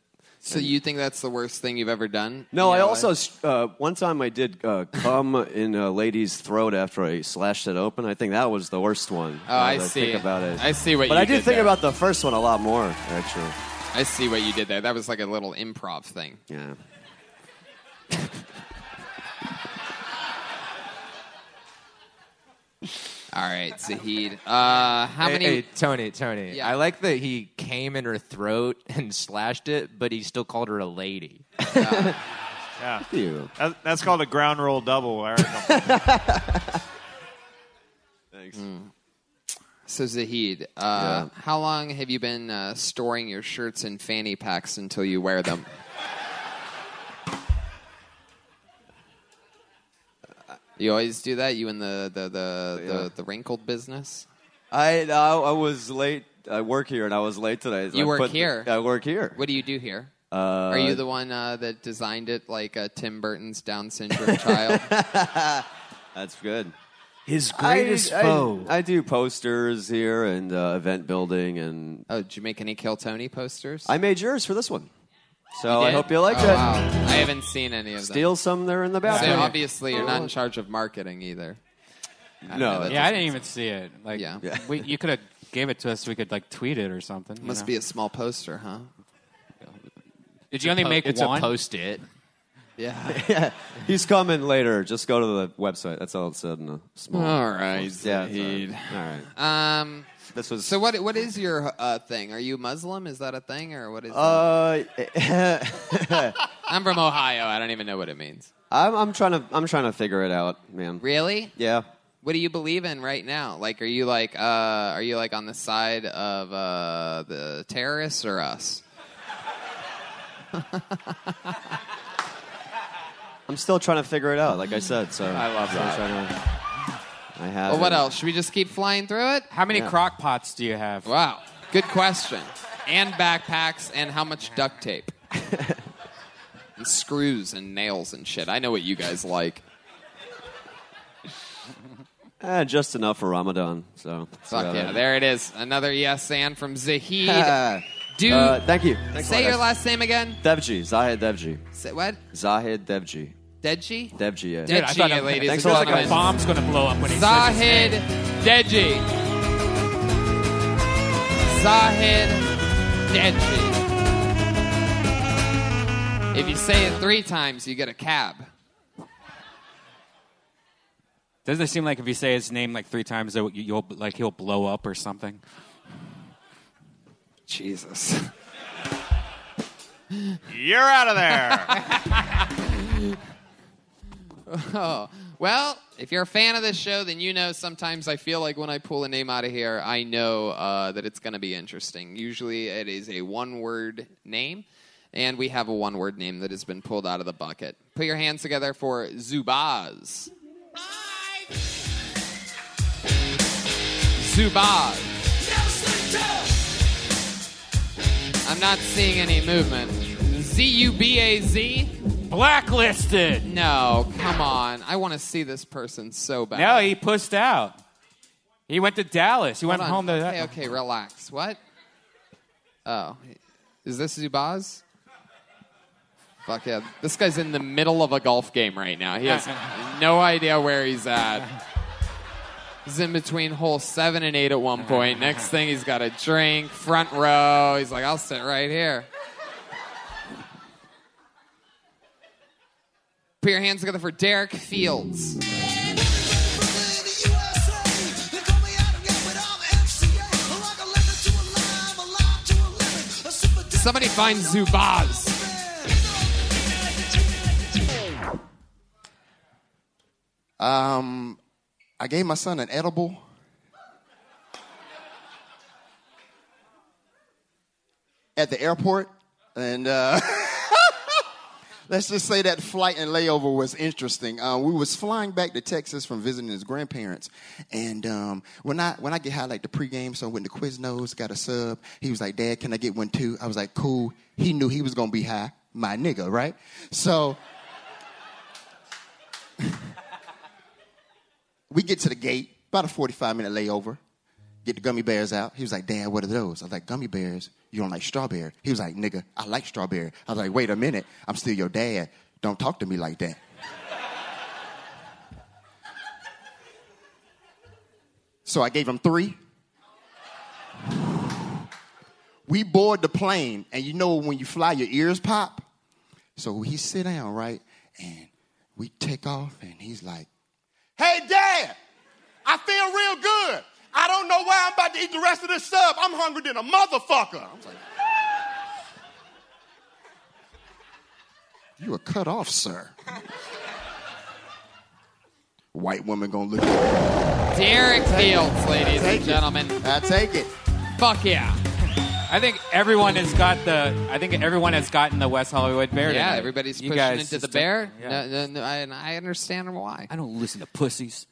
S3: So you think that's the worst thing you've ever done?
S11: No,
S3: in
S11: I
S3: your
S11: also
S3: life?
S11: uh, one time I did uh, cum in a lady's throat after I slashed it open. I think that was the worst one.
S3: Oh,
S11: now
S3: I
S11: that
S3: see.
S11: Think about it.
S3: I see what
S11: But
S3: you
S11: I did,
S3: did
S11: think
S3: there.
S11: about the first one a lot more, actually.
S3: I see what you did there. That was like a little improv thing.
S11: Yeah.
S3: All right, Zahid. Uh, how
S10: Hey,
S3: many?
S10: hey, Tony, Tony.
S3: Yeah.
S10: I like that he came in her throat and slashed it, but he still called her a lady.
S5: Yeah. That- that's called a ground roll double. Eric.
S11: Thanks.
S3: Mm. So Zahid, uh, how long have you been uh, storing your shirts in fanny packs until you wear them? you always do that. You in the the the,
S11: Yeah.
S3: the, the wrinkled business?
S11: I, I I was late. I work here, and I was late today.
S3: You
S11: I
S3: work
S11: put-
S3: here?
S11: I work here.
S3: What do you do here?
S11: Uh,
S3: Are you the one uh, that designed it, like uh, Tim Burton's Down syndrome child?
S11: That's good.
S12: His
S3: greatest
S11: I,
S3: foe.
S11: I, I do posters here and uh, event building, and
S3: oh, did you make any Kill Tony posters?
S11: I made yours for this one, so
S3: You
S11: I
S3: did?
S11: hope you liked
S3: Oh,
S11: it.
S3: wow. I haven't seen any of them.
S11: Steal some there in the
S3: So
S11: bathroom.
S3: obviously, you're not in charge of marketing either. I don't know, that
S2: yeah, I
S3: doesn't-
S2: didn't even see it. Like,
S3: Yeah.
S2: we, you could have gave it to us. so We could like tweet it or something. you
S3: Must
S2: know?
S3: be a small poster, huh?
S2: Did you only make
S10: it's
S2: one?
S10: a post-it.
S3: Yeah.
S11: yeah, he's coming later. Just go to the website. That's all it said in a small.
S3: All right,
S11: yeah, it's all right. All right.
S3: Um,
S11: This was
S3: so. What what is your uh, thing? Are you Muslim? Is that a thing, or what is?
S11: Uh,
S3: that? I'm from Ohio. I don't even know what it means.
S11: I'm, I'm trying to I'm trying to figure it out, man.
S3: Really?
S11: Yeah.
S3: What do you believe in right now? Like, are you like uh, are you like on the side of uh, the terrorists or us?
S11: I'm still trying to figure it out, like I said. So I
S3: love that.
S11: I have.
S3: Well, what
S11: it.
S3: else? Should we just keep flying through it?
S2: How many
S11: Yeah.
S2: crock pots do you have?
S3: Wow, good question. And backpacks, and how much duct tape? and screws and nails and shit. I know what you guys like.
S11: Eh, just enough for Ramadan. So
S3: Fuck yeah, there it is. Another yes and from Zahid.
S11: Yeah.
S3: Dude,
S11: Uh, thank you. Thanks a
S3: say
S11: lot,
S3: your
S11: guys.
S3: last name again.
S11: Devji, Zahid Devji,
S3: Say what?
S11: Zahid Devji,
S3: Deji?
S11: Devji. Yeah.
S3: Dude, I thought Devji, I'm- ladies
S11: Thanks a
S3: and
S11: lot,
S3: gentlemen.
S11: guys.
S3: A bomb.
S2: Mom's gonna blow up when he says his name.
S3: Zahid Deji. Zahid Deji. If you say it three times, you get a cab.
S2: Doesn't it seem like if you say his name like three times, though, you- you'll like he'll blow up or something?
S3: Jesus.
S5: You're out of there.
S3: Oh, well, if you're a fan of this show, then you know sometimes I feel like when I pull a name out of here, I know uh, that it's going to be interesting. Usually it is a one word name, and we have a one word name that has been pulled out of the bucket. Put your hands together for Zubaz. Zubaz. I'm not seeing any movement. Z U B A Z.
S2: Blacklisted.
S3: No, come on. I want to see this person so bad.
S2: No, he pushed out. He went to Dallas. He
S3: Hold
S2: went
S3: on.
S2: home to.
S3: Okay, okay, relax. What? Oh, is this Zubaz? Fuck yeah! This guy's in the middle of a golf game right now. He has no idea where he's at. He's in between hole seven and eight at one point. Next thing, he's got a drink, front row. He's like, "I'll sit right here." Put your hands together for Derek Fields. Somebody find Zubaz.
S13: Um, I gave my son an edible. At the airport, and uh, let's just say that flight and layover was interesting. Uh, we was flying back to Texas from visiting his grandparents, and um, when I when I get high like the pregame, so I went to Quiznos, got a sub. He was like, "Dad, can I get one too?" I was like, "Cool." He knew he was gonna be high, my nigga, right? So. We get to the gate, about a 45 minute layover. Get the gummy bears out. He was like, Dad, what are those? I was like, Gummy bears? You don't like strawberry? He was like, Nigga, I like strawberry. I was like, Wait a minute. I'm still your dad. Don't talk to me like that. so I gave him three. We board the plane, and you know when you fly, your ears pop. So he sit down, right? And we take off, and he's like, Hey, Dad!
S12: I feel real good. I don't know why I'm about to eat the rest of this sub. I'm hungry than a motherfucker. I was like,
S13: You were cut off, sir. White woman gonna look at
S3: Derek Fields, ladies
S13: Take
S3: and
S13: it.
S3: gentlemen.
S13: I take it.
S3: Fuck yeah.
S2: I think everyone has got the. I think everyone has gotten the West Hollywood Bear.
S3: yeah,
S2: tonight.
S3: everybody's
S2: You
S3: pushing
S2: guys
S3: into the
S2: just-
S3: bear.
S2: yeah.
S3: No, no, no, I- and I understand why.
S2: I don't listen to pussies.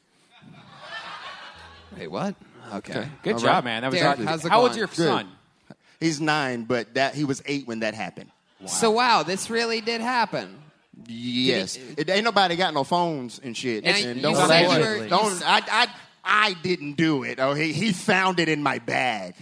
S3: Wait, what? Okay.
S2: Good
S13: All
S2: job,
S13: right.
S2: man. That was
S3: Derek,
S2: awesome.
S3: how's it
S2: How old's
S3: going?
S2: your
S3: Good.
S2: son?
S13: He's nine, but that he was eight when that happened.
S3: So wow, this really did happen.
S13: Yes, it, ain't nobody got no phones and shit.
S3: Now,
S13: and
S3: you
S13: don't,
S3: said you were-
S13: don't, I, I, I didn't do it. Oh, he, he found it in my bag.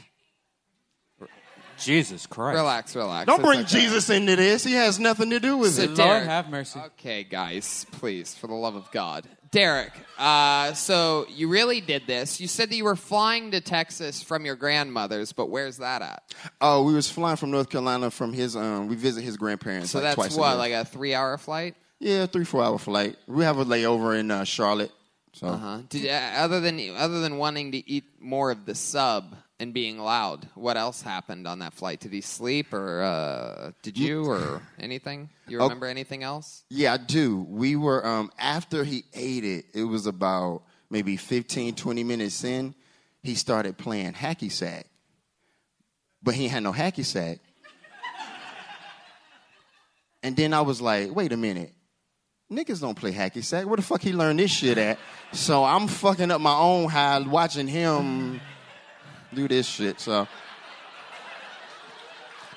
S2: Jesus Christ.
S3: Relax, relax.
S13: Don't
S3: It's
S13: bring
S3: okay.
S13: Jesus into this. He has nothing to do with
S3: So
S13: it.
S3: Derek-
S2: mercy.
S3: Okay, guys, please, for the love of God. Derek, uh, so you really did this. You said that you were flying to Texas from your grandmother's, but where's that at?
S13: Oh, we was flying from North Carolina from his um. We visit his grandparents.
S3: So
S13: like
S3: that's
S13: twice a
S3: what,
S13: year.
S3: like a three hour flight?
S13: yeah, three four hour flight. We have a layover in uh, Charlotte. So
S3: Uh-huh. Did, uh, other than other than wanting to eat more of the sub and being loud, what else happened on that flight? Did he sleep or uh, did you or anything? You
S13: Oh.
S3: remember anything else?
S13: yeah, I do. We were um after he ate it. It was about maybe 15, 20 minutes in. He started playing hacky sack, but he had no hacky sack. and then I was like, wait a minute. Niggas don't play hacky sack. Where the fuck he learned this shit at? So I'm fucking up my own high watching him do this shit. So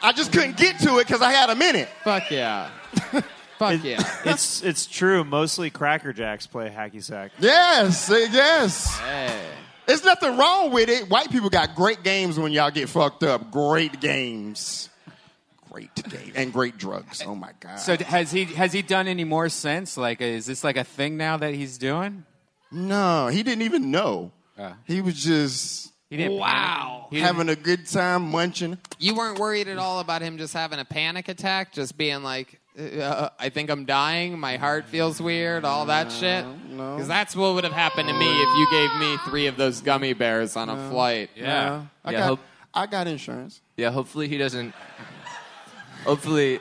S13: I just couldn't get to it because I had a minute.
S3: Fuck yeah. Fuck yeah.
S5: it's it's true. Mostly Cracker Jacks play hacky sack.
S13: Yes, eh, yes.
S3: Hey.
S13: There's nothing wrong with it. White people got great games when y'all get fucked up. Great games. Great games. And great drugs. Oh my
S3: Uh,
S13: God.
S2: So d- has he has he done any more since? Like, is this like a thing now that he's doing?
S13: no, he didn't even know. He was just
S2: Uh. He didn't
S3: Wow.
S2: He
S13: having a good time munching.
S3: You weren't worried at all about him just having a panic attack, just being like, uh, "I think I'm dying. My heart feels weird." All that shit.
S13: no.
S3: Because that's what would have happened to me if you gave me three of those gummy bears on a flight.
S10: Yeah.
S13: I,
S10: Yeah,
S13: got,
S10: hope-
S13: I got insurance.
S10: Yeah, hopefully he doesn't. Hopefully,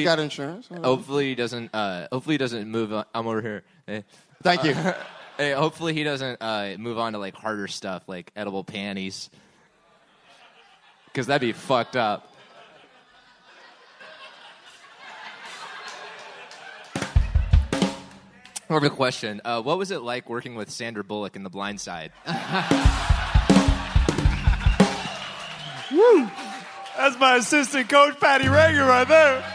S13: Niggas got insurance. Hold on.
S10: Hopefully he doesn't. Uh, hopefully he doesn't move. On. I'm over here. Eh.
S13: Thank you.
S10: Uh, hey, hopefully he doesn't uh, move on to like harder stuff like edible panties, because that'd be fucked up. More of a question. Uh, what was it like working with Sandra Bullock in The Blind Side?
S5: Woo! That's my assistant coach, Patty Reagan, right there.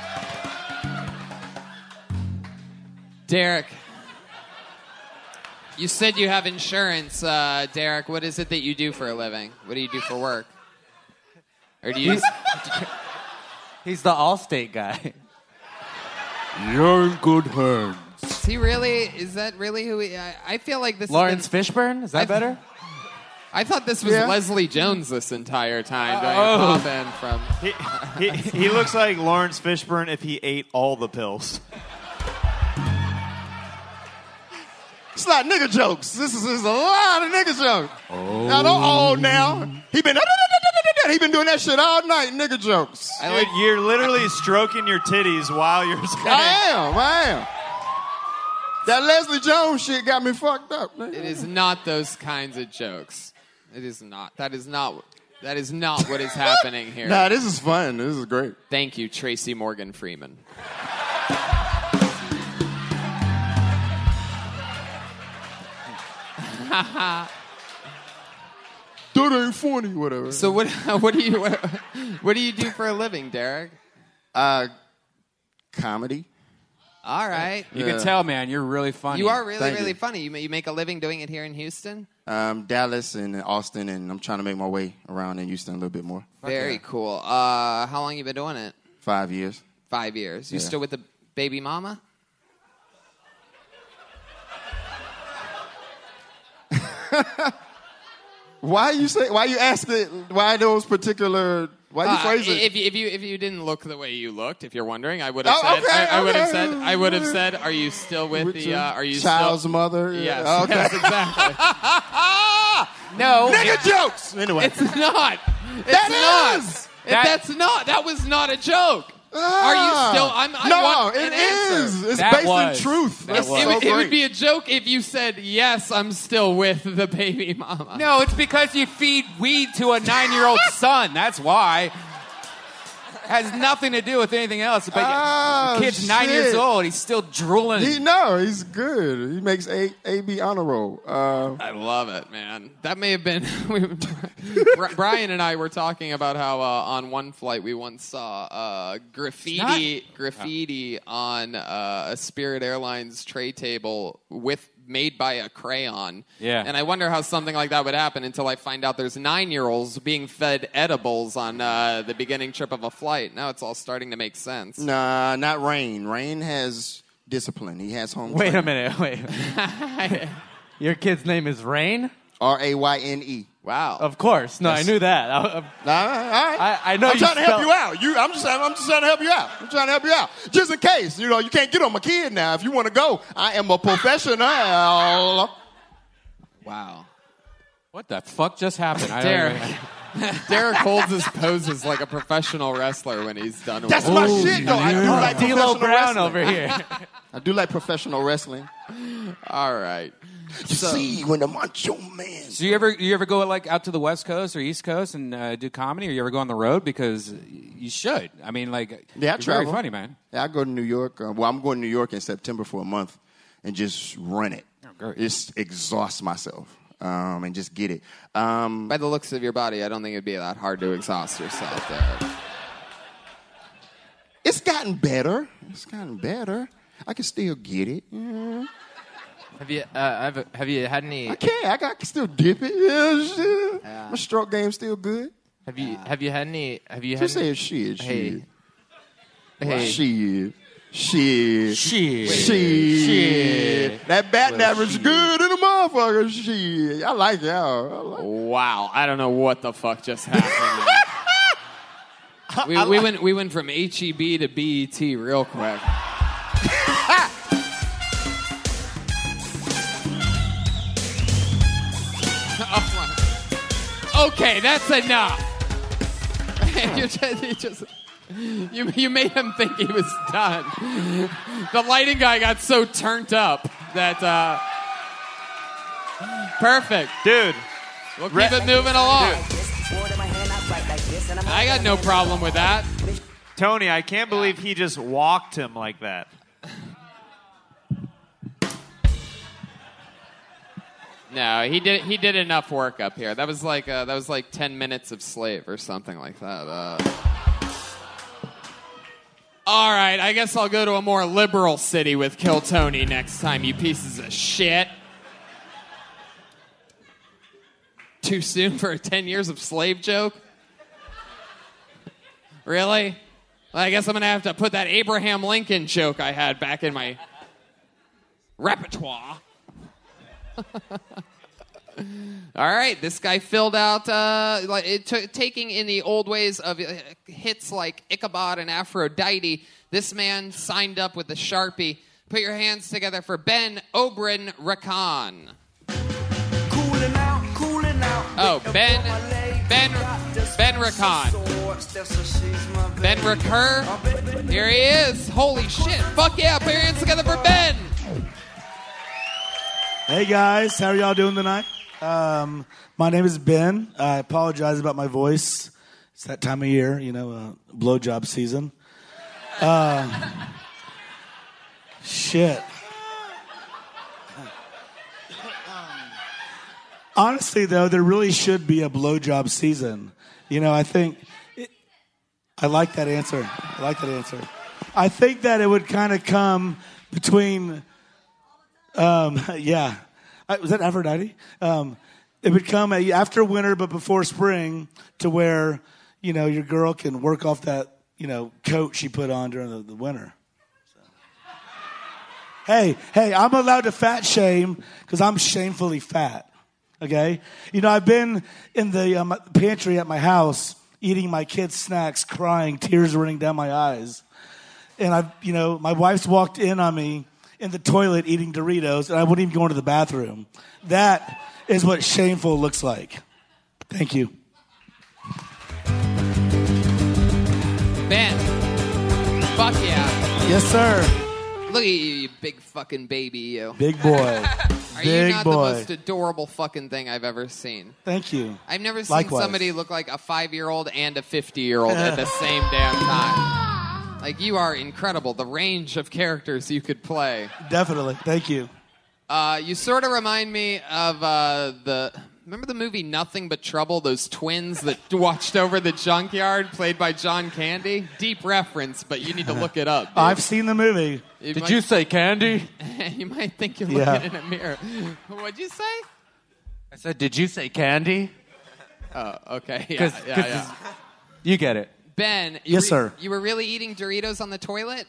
S3: Derek, you said you have insurance. Uh, Derek, what is it that you do for a living? What do you do for work? Or do you?
S8: He's the Allstate guy. You're in good hands.
S3: is he really? Is that really who? He, I, I feel like this. has
S8: Lawrence
S3: been-
S8: Fishburne? Is that
S3: I've-
S8: better?
S3: I thought this was
S8: Yeah.
S3: Leslie Jones this entire time doing
S5: Oh.
S3: a pop in from.
S5: He, he looks like Lawrence Fishburne if he ate all the pills.
S13: It's not nigga jokes. This is, this is a lot of nigga jokes. Now
S2: Oh.
S13: don't all now. He been he been doing that shit all night. Nigga jokes.
S5: Dude, you're literally stroking your titties while you're.
S13: I am. I am. That Leslie Jones shit got me fucked up. nigga.
S3: It is not those kinds of jokes. It is not. That is not. That is not what is happening here.
S13: Nah, this is fun. This is great.
S3: Thank you, Tracy Morgan Freeman.
S13: Dude ain't funny, whatever.
S3: So what? What do you? What, what do you do for a living, Derek?
S13: Uh, comedy. Uh,
S3: All right.
S2: You can tell, man. You're really funny.
S3: You are really,
S13: Thank you.
S3: really funny. You, ma- you make a living doing it here in Houston.
S13: Um, Dallas and Austin, and I'm trying to make my way around in Houston a little bit more.
S3: Very cool. Uh, how long you been doing it?
S13: Five years.
S3: Five years. You
S13: Yeah.
S3: still with the baby mama?
S13: Why you say? Why you ask it? Why those particular Why you
S3: Uh,
S13: phrase it?
S3: If you, if you if you didn't look the way you looked, if you're wondering, I would have
S13: Oh,
S3: said.
S13: okay,
S3: I, I would have
S13: okay.
S3: said. I would have said. Are you still with,
S13: With
S3: the?
S13: your
S3: Uh, are you
S13: child's
S3: still,
S13: mother?
S3: Yes.
S13: Yeah, okay.
S3: yes, exactly. Ah! no.
S13: Nigga
S3: it-
S13: jokes! Anyway.
S3: it's not. It's
S13: That
S3: not.
S13: is!
S3: It-
S13: That-
S3: that's not. That was not a joke.
S13: Ah.
S3: Are you still? I'm. I
S13: No,
S3: want
S13: it
S3: an answer.
S13: is. It's That based in was. truth. That
S3: It's-
S13: was.
S3: It, would-
S13: So
S3: it would
S13: great.
S3: be a joke if you said yes. I'm still with the baby mama.
S2: No, it's because you feed weed to a nine year old son. That's why. Has nothing to do with anything else. But
S13: Oh,
S2: the kid's nine
S13: shit.
S2: years old. He's still drooling.
S13: He no, he's good. He makes a A B honor roll. Uh,
S3: I love it, man. That may have been. we- Bri- Brian and I were talking about how uh, on one flight we once saw uh, graffiti graffiti on uh, a Spirit Airlines tray table with made by a crayon.
S2: Yeah.
S3: And I wonder how something like that would happen until I find out there's nine year olds being fed edibles on uh, the beginning trip of a flight. Now it's all starting to make sense.
S13: nah, not Rain. Rain has discipline. He has home.
S8: Wait a minute. Wait. Your kid's name is Rain.
S13: R A Y N E.
S3: Wow.
S8: Of course. No, I
S13: Yes.
S8: knew that. I, I- I, I know.
S13: I'm
S8: you
S13: trying to
S8: spelled-
S13: help you out. You, I'm just, I'm just trying to help you out. I'm trying to help you out, just in case. You know, you can't get on my kid now. If you want to go, I am a professional.
S3: Wow.
S2: What the fuck just happened? I
S3: Derek.
S2: don't even-
S3: Derek holds his poses like a professional wrestler when he's done with
S13: That's
S3: it.
S13: my shit, though. I do like professional wrestling.
S3: I
S13: do like professional wrestling.
S3: All right.
S13: You see, when the macho man.
S2: So you ever you ever go like out to the West Coast or East Coast and uh, do comedy, or you ever go on the road because you should. I mean, like
S13: Yeah, I
S2: you're very
S13: travel.
S2: funny, man.
S13: Yeah, I go to New York. Uh, well, I'm going to New York in September for a month and just run it.
S8: Oh,
S13: Just exhaust myself um, and just get it. Um,
S3: By the looks of your body, I don't think it'd be that hard to exhaust yourself, Derek.
S13: It's gotten better. It's gotten better. I can still get it. Yeah.
S10: Have you uh, have, have you had any?
S13: I can. I, got, I can still dip it. Yeah, shit. My stroke game's still good.
S10: Have you have you had any? Have you had?
S13: Just say
S10: any,
S13: shit.
S10: Hey,
S13: Shit.
S10: hey.
S13: Shit. Shit.
S2: Shit.
S13: Shit. That batting average good in the motherfucker. Shit. I like y'all. I like
S3: Wow, I don't know what the fuck just happened. we, we went we went from HEB to BET real quick. okay, that's enough. you just, you just you, you made him think he was done. The lighting guy got so turned up that uh, perfect,
S5: dude.
S3: We'll keep it moving along. I got no problem with that.
S5: Tony, I can't believe he just walked him like that.
S3: No, he did. He did enough work up here. That was like uh, that was like ten minutes of slave or something like that. Uh, all right, I guess I'll go to a more liberal city with Kill Tony next time. You pieces of shit. Too soon for a ten years of slave joke. Really? Well, I guess I'm gonna have to put that Abraham Lincoln joke I had back in my repertoire. All right, this guy filled out uh, like it took taking in the old ways of uh, hits like Ichabod and Aphrodite. This man signed up with a sharpie. Put your hands together for Ben Oberon Rakan.
S4: Oh, Ben, Ben,
S3: Ben
S4: Ben
S3: Rakan.
S4: Rakan.
S3: Ben Recur. Here he is. Holy shit! Fuck yeah! Put your hands together for Ben.
S14: Hey guys, how are y'all doing tonight? Um, my name is Ben. I apologize about my voice. It's that time of year, you know, uh, blowjob season. Uh, shit. Honestly, though, there really should be a blowjob season. You know, I think I like that answer. I like that answer. I think that it would kind of come between, um, yeah, I, was that Aphrodite? Um, it would come a, after winter, but before spring, to where you know your girl can work off that you know coat she put on during the, the winter. Hey, hey, I'm allowed to fat shame because I'm shamefully fat. Okay, you know I've been in the um, pantry uh, at my house eating my kids' snacks, crying, tears running down my eyes. And I've, you know, my wife's walked in on me in the toilet eating Doritos, and I wouldn't even go into the bathroom. That is what shameful looks like. Thank you.
S3: Ben. Fuck yeah.
S14: Yes, sir.
S3: Look at you, you big fucking baby, you.
S14: Big boy.
S3: Are you
S14: Big
S3: not the
S14: boy.
S3: most adorable fucking thing I've ever seen?
S14: Thank you.
S3: I've never seen
S14: Likewise.
S3: somebody look like a five year old and a 50 year old at the same damn time. Like, you are incredible, the range of characters you could play.
S14: Definitely. Thank you.
S3: Uh, you sort of remind me of uh, the. Remember the movie Nothing But Trouble? Those twins that watched over the junkyard, played by John Candy? Deep reference, but you need to look it up.
S14: I've seen the movie.
S3: You Did might- you say
S14: candy?
S3: you might think you're
S14: Yeah.
S3: looking in a mirror. What'd you say?
S8: I said, did you say candy?
S3: Oh, okay. Yeah,
S8: 'Cause-
S3: yeah,
S8: 'cause
S3: yeah.
S8: You get it.
S3: Ben, you
S8: Yes,
S3: were-
S8: sir.
S3: You were really eating Doritos on the toilet,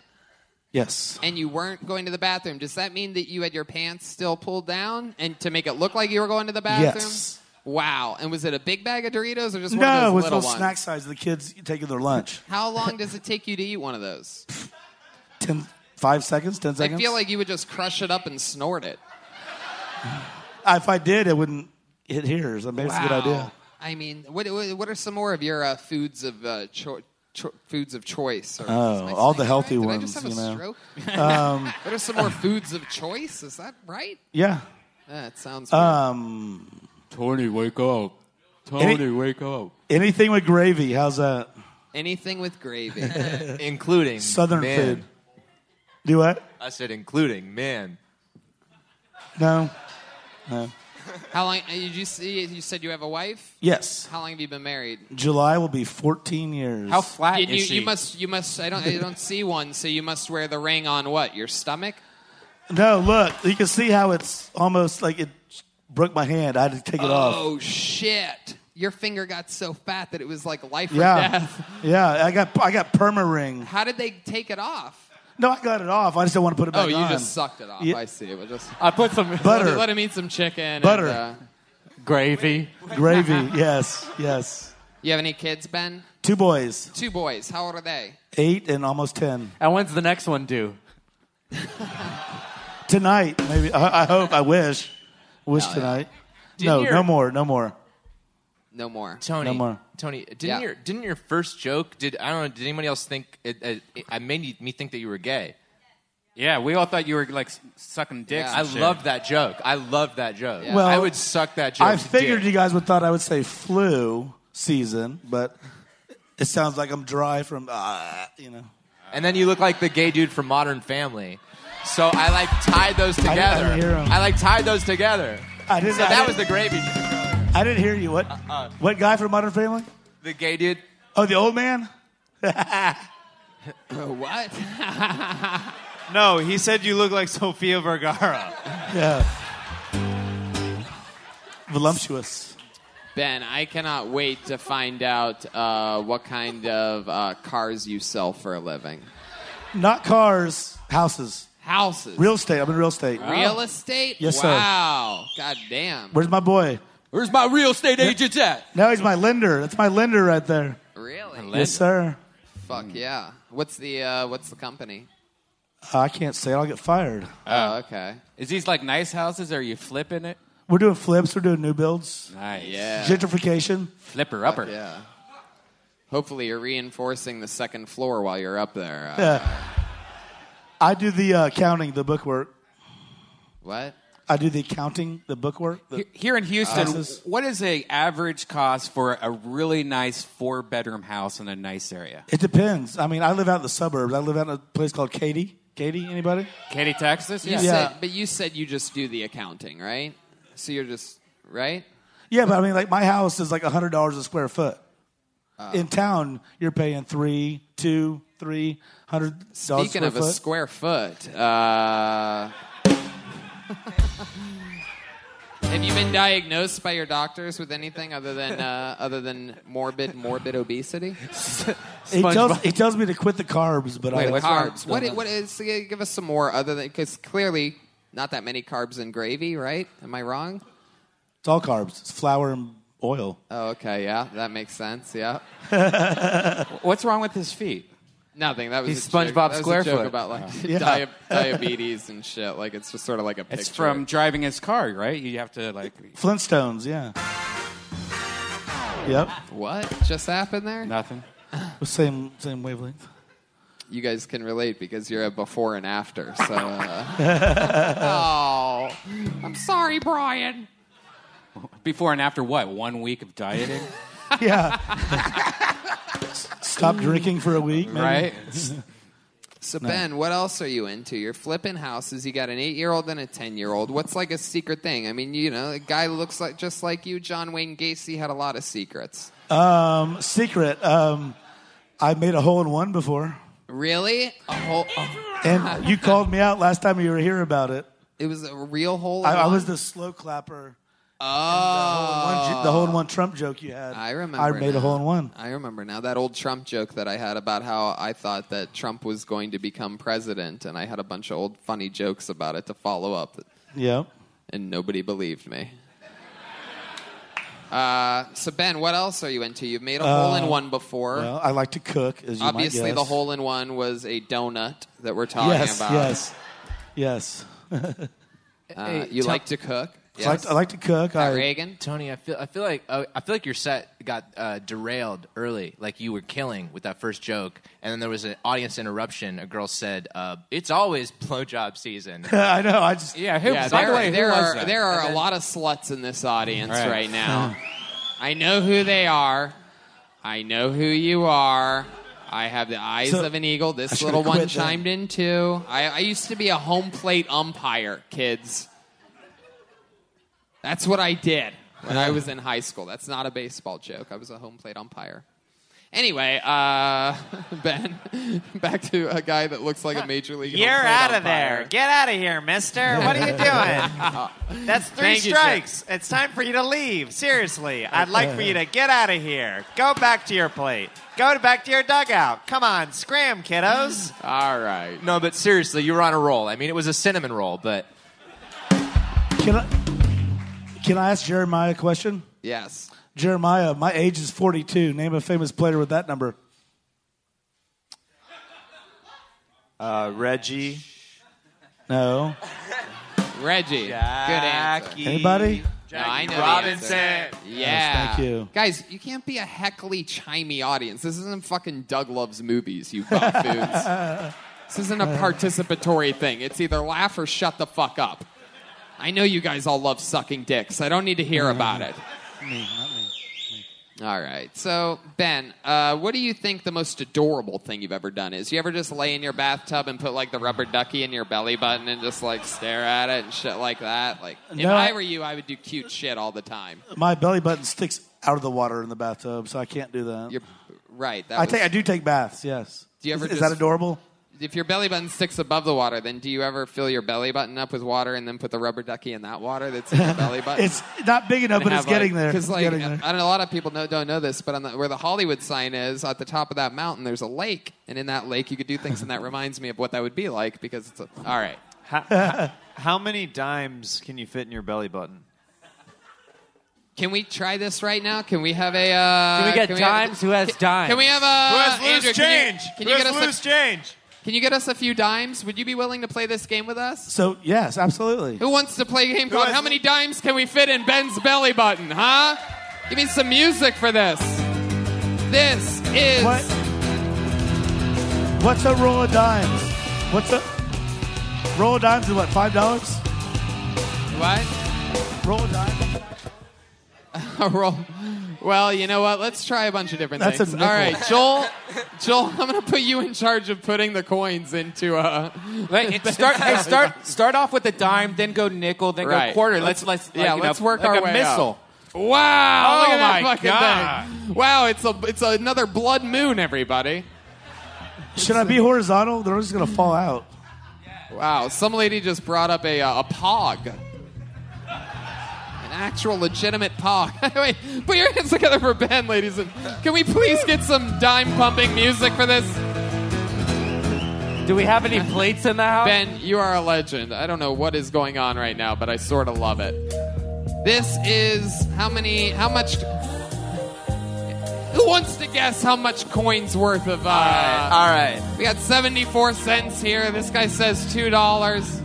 S14: Yes.
S3: and you weren't going to the bathroom. Does that mean that you had your pants still pulled down, and to make it look like you were going to the bathroom?
S14: Yes.
S3: Wow. And was it a big bag of Doritos or just one
S14: No,
S3: of
S14: it was
S3: those
S14: a
S3: little
S14: little
S3: ones?
S14: snack size. The kids taking their lunch.
S3: How long does it take you to eat one of those?
S14: Ten, five seconds, ten
S3: I
S14: seconds.
S3: feel like you would just crush it up and snort it.
S14: if I did, it wouldn't hit here. So maybe it's a good
S3: Wow.
S14: idea.
S3: I mean, what what what are some more of your uh, foods of uh, cho- cho- foods of choice? Or
S14: Oh,
S3: am I
S14: all
S3: saying
S14: the
S3: it
S14: healthy
S3: right? Did
S14: ones,
S3: I just have
S14: you
S3: a
S14: know.
S3: stroke?
S14: Um,
S3: what are some more foods of choice? Is that right?
S14: Yeah.
S3: That sounds.
S14: Um,
S2: Tony, wake up.
S14: Any-
S2: Tony, wake up.
S14: anything with gravy. How's that?
S3: Anything with gravy,
S10: including
S14: Southern
S10: man.
S14: food. Do what?
S10: I said including man.
S14: No. No.
S3: How long? uh, Did you see? You said you have a wife.
S14: Yes.
S3: How long have you been married?
S14: July will be 14 years.
S3: you, you, You must. You must. I don't. I don't see one. So you must wear the ring on what? Your stomach.
S14: No, look. You can see how it's almost like it broke my hand. I had to take it off.
S3: Oh shit! Your finger got so fat that it was like life or
S14: Yeah.
S3: death.
S14: Yeah. I got I got perma ring.
S3: How did they take it off?
S14: No, I got it off. I just don't want to put it back
S3: oh, you
S14: on.
S3: just sucked it off.
S14: Yeah. Uh,
S3: I see. But just
S8: I put some
S14: Butter.
S3: Let him eat some chicken.
S14: Butter.
S3: and, uh,
S8: Gravy.
S14: Gravy. yes. Yes.
S3: you have any kids, Ben?
S14: Two boys,
S3: Two boys. How old are they?
S14: eight and almost 10.
S8: And when's the next one due?
S14: Tonight, maybe. I, I hope. I wish. Wish tonight.
S10: Did
S14: no,
S10: your-
S14: no more. No more.
S3: No more.
S10: Tony.
S14: No more.
S10: Tony, didn't
S3: Yeah.
S10: your didn't your first joke? Did I don't know? Did anybody else think it? It, it, it made you- me think that you were gay.
S2: Yeah, we all thought you were like s- sucking dicks.
S10: I loved that joke. I loved that joke.
S14: Yeah. Well,
S10: I would suck that joke.
S14: I figured you guys would thought I would say flu season, but it sounds like I'm dry from uh, you know.
S10: And then you look like the gay dude from Modern Family. So I like tied those
S14: I didn't- I
S10: together.
S14: didn't hear 'em.
S10: I like tied those together.
S14: I didn't-
S10: so
S14: I
S10: that
S14: didn't-
S10: was the gravy.
S3: Uh,
S14: I didn't hear you. What?
S10: uh.
S14: what guy from Modern Family?
S10: The gay dude.
S14: Oh, the old man.
S3: what?
S5: No, he said you look like Sofia Vergara.
S14: yeah. Voluptuous.
S3: Ben, I cannot wait to find out uh, what kind of uh, cars you sell for a living.
S14: Not cars, houses,
S3: Houses.
S14: real estate. I'm in real estate.
S3: Real estate?
S14: Yes, sir.
S3: wow. Oh, God damn.
S14: Where's my boy?
S3: Where's my real estate agent at?
S14: No, he's my lender. That's my lender right there.
S3: Really?
S14: Yes, sir.
S3: Fuck yeah. What's the uh, what's the company?
S14: I can't say it. I'll get fired.
S3: Oh, okay.
S2: Uh, Is these like nice houses? Or are you flipping it?
S14: We're doing flips. We're doing new builds.
S2: Nice. Yeah.
S14: Gentrification.
S2: Flipper upper.
S3: yeah. Hopefully, you're reinforcing the second floor while you're up there. Uh,
S14: Yeah. I do the uh, counting, the bookwork.
S3: what?
S14: I do the counting, the bookwork. The,
S2: Here in Houston,
S14: Houses.
S2: what is a average cost for a really nice four bedroom house in a nice area?
S14: it depends. I mean, I live out in the suburbs. I live out in a place called Katy. Katy, anybody?
S2: Katy, Texas?
S3: You
S14: Yeah.
S3: said, but you said you just do the accounting, right? So you're just right.
S14: Yeah, but I mean, like my house is like hundred dollars a square foot.
S3: Uh.
S14: In town, you're paying three, two, three hundred dollars.
S3: Speaking
S14: square
S3: of a
S14: foot.
S3: square foot, uh, have you been diagnosed by your doctors with anything other than uh, other than morbid morbid obesity?
S14: he tells he tells me to quit the carbs, but I
S3: carbs? What, i- what is? Give us some more other than because clearly not that many carbs in gravy, right? Am I wrong?
S14: It's all carbs. It's flour and oil.
S3: Oh, okay, yeah, that makes sense. Yeah.
S10: What's wrong with his feet?
S3: Nothing. That was
S10: He's
S3: a joke.
S10: SpongeBob
S3: that was a joke
S10: Squarefoot.
S3: about like
S10: Yeah.
S3: dia- diabetes and shit. Like it's just sort of like a picture.
S2: It's from driving his car, right? You have to like.
S14: Flintstones, yeah. Yep.
S3: What just happened there?
S2: Nothing.
S14: Same same wavelength.
S3: You guys can relate because you're a before and after. So. Uh... oh, I'm sorry, Brian.
S2: Before and after what? One week of dieting,
S14: yeah. Stop drinking for a week, maybe.
S3: Right. So Ben, what else are you into? You're flipping houses. You got an eight-year-old and a ten-year-old. What's like a secret thing? I mean, you know, a guy looks like just like you. John Wayne Gacy had a lot of secrets.
S14: Um, secret. Um, I made a hole in one before,
S3: Really? A whole. a-
S14: and you called me out last time you were here about it.
S3: It was a real hole.
S14: I, I was the slow clapper.
S3: Oh.
S14: One, ju- the hole in one Trump joke you had.
S3: I remember.
S14: I made
S3: now.
S14: a hole in one.
S3: I remember now that old Trump joke that I had about how I thought that Trump was going to become president, and I had a bunch of old funny jokes about it to follow up,
S14: Yep.
S3: and nobody believed me. Uh, so Ben, what else are you into? You've made a hole in
S14: Uh,
S3: one before.
S14: Well, I like to cook, as you might
S3: Obviously,
S14: guess.
S3: the hole in one was a donut that we're talking
S14: yes,
S3: about.
S14: Yes. Yes.
S3: Uh,
S10: Hey,
S3: you
S10: Tom-
S3: like to cook?
S14: I like to- I like to cook.
S10: At
S14: I-
S10: Reagan, Tony, I feel I feel like uh, I feel like your set got uh, derailed early. Like you were killing with that first joke, and then there was an audience interruption. A girl said, uh, "It's always blowjob season."
S14: I know. I just
S10: Yeah,
S3: who- Yeah, by the there- way, who there was are- that? there are
S10: And
S3: a
S10: then-
S3: lot of sluts in this audience
S10: Right.
S3: right, now. I know who they are. I know who you are. I have the eyes
S10: So-
S3: of an eagle. This
S10: should've
S3: little one
S10: quit then.
S3: chimed in too. I, I used to be a home plate umpire, kids. That's what I did when I was in high school. That's not a baseball joke. I was a home plate umpire. Anyway, uh, Ben, back to a guy that looks like a major league.
S5: You're
S3: home plate
S5: out of
S3: umpire.
S5: there. Get out of here, mister. What are you doing? That's three
S3: Thank you, sir.
S5: strikes. it's time for you to leave. Seriously. I'd like for you to get out of here. Go back to your plate. Go back to your dugout. Come on, scram, kiddos.
S3: All right.
S10: No, but seriously, you were on a roll. I mean, it was a cinnamon roll, but
S14: Can I, can I ask Jeremiah a question?
S3: Yes.
S14: Jeremiah, my age is 42. Name a famous player with that number.
S5: Uh, Reggie.
S14: No.
S3: Reggie. Good
S5: Jackie.
S3: answer.
S14: Anybody?
S3: No, I know the
S5: Robinson.
S3: answer. Yeah.
S14: Yes, thank you.
S3: Guys, you can't be a heckly, chimey audience. This isn't fucking Doug Loves Movies, you buffoons. this isn't a participatory thing. It's either laugh or shut the fuck up. I know you guys all love sucking dicks. I don't need to
S14: Uh-huh.
S3: hear about it.
S14: Me, not me.
S3: All right. So, Ben, uh, what do you think the most adorable thing you've ever done is? You ever just lay in your bathtub and put like the rubber ducky in your belly button and just like stare at it and shit like that? Like, if
S14: No, I-
S3: I were you, I would do cute shit all the time.
S14: My belly button sticks out of the water in the bathtub, so I can't do that.
S3: Right. That
S14: I
S3: was-
S14: take, I do take baths. Yes.
S3: Do you ever
S14: is, is
S3: just-
S14: that adorable?
S3: If your belly button sticks above the water, then do you ever fill your belly button up with water and then put the rubber ducky in that water that's in your belly button?
S14: It's not big enough, but it's getting there.
S3: Because
S14: It's
S3: like,
S14: getting there.
S3: I don't know, a lot of people know, don't know this, but on the, where the Hollywood sign is, at the top of that mountain, there's a lake, and in that lake, you could do things, and that reminds me of what that would be like because it's a, all right.
S5: How, how many dimes can you fit in your belly button?
S3: Can we try this right now? Can we have a? Uh,
S5: Can we get
S3: have-
S5: dimes? Who has
S3: can-
S5: dimes?
S3: Can we have a?
S5: Who has loose
S3: Andrew, can you-
S5: change? Who
S3: Can you
S5: has
S3: get us
S5: loose
S3: a,
S5: change?
S3: Can you get us a few dimes? Would you be willing to play this game with us?
S14: So yes, absolutely.
S3: Who wants to play a game called How Many Dimes Can We Fit in Ben's Belly Button, huh? Give me some music for this. This is.
S14: What's a roll of dimes? What's a roll of dimes? Is what five dollars?
S3: What?
S14: Roll a dime.
S3: A roll. Well, you know what? Let's try a bunch of different
S14: That's a
S3: things. All
S14: nickel.
S3: right, Joel. Joel, I'm going to put you in charge of putting the coins into uh
S2: Like, start, hey, start, start off with a dime, then go nickel, then
S3: Right.
S2: go quarter. Let's let's, like,
S3: yeah,
S2: you know,
S3: let's work
S2: like
S3: our
S2: a
S3: way
S2: missile.
S3: Up. Wow! look
S2: Oh
S3: at that
S2: my
S3: fucking thing. Wow, it's a it's another blood moon, everybody.
S14: Should I be horizontal? They're just gonna fall out.
S3: Wow, some lady just brought up a, uh, a pog. An actual legitimate pog. Wait, put your hands together for Ben, ladies. And can we please get some dime pumping music for this? Do we have any plates in the house? Ben, you are a legend. I don't know what is going on right now, but I sort of love it. This is how many? How much? Who wants to guess how much coins worth of? Uh, all right.
S10: all right.
S3: We got seventy-four cents here. This guy says two dollars.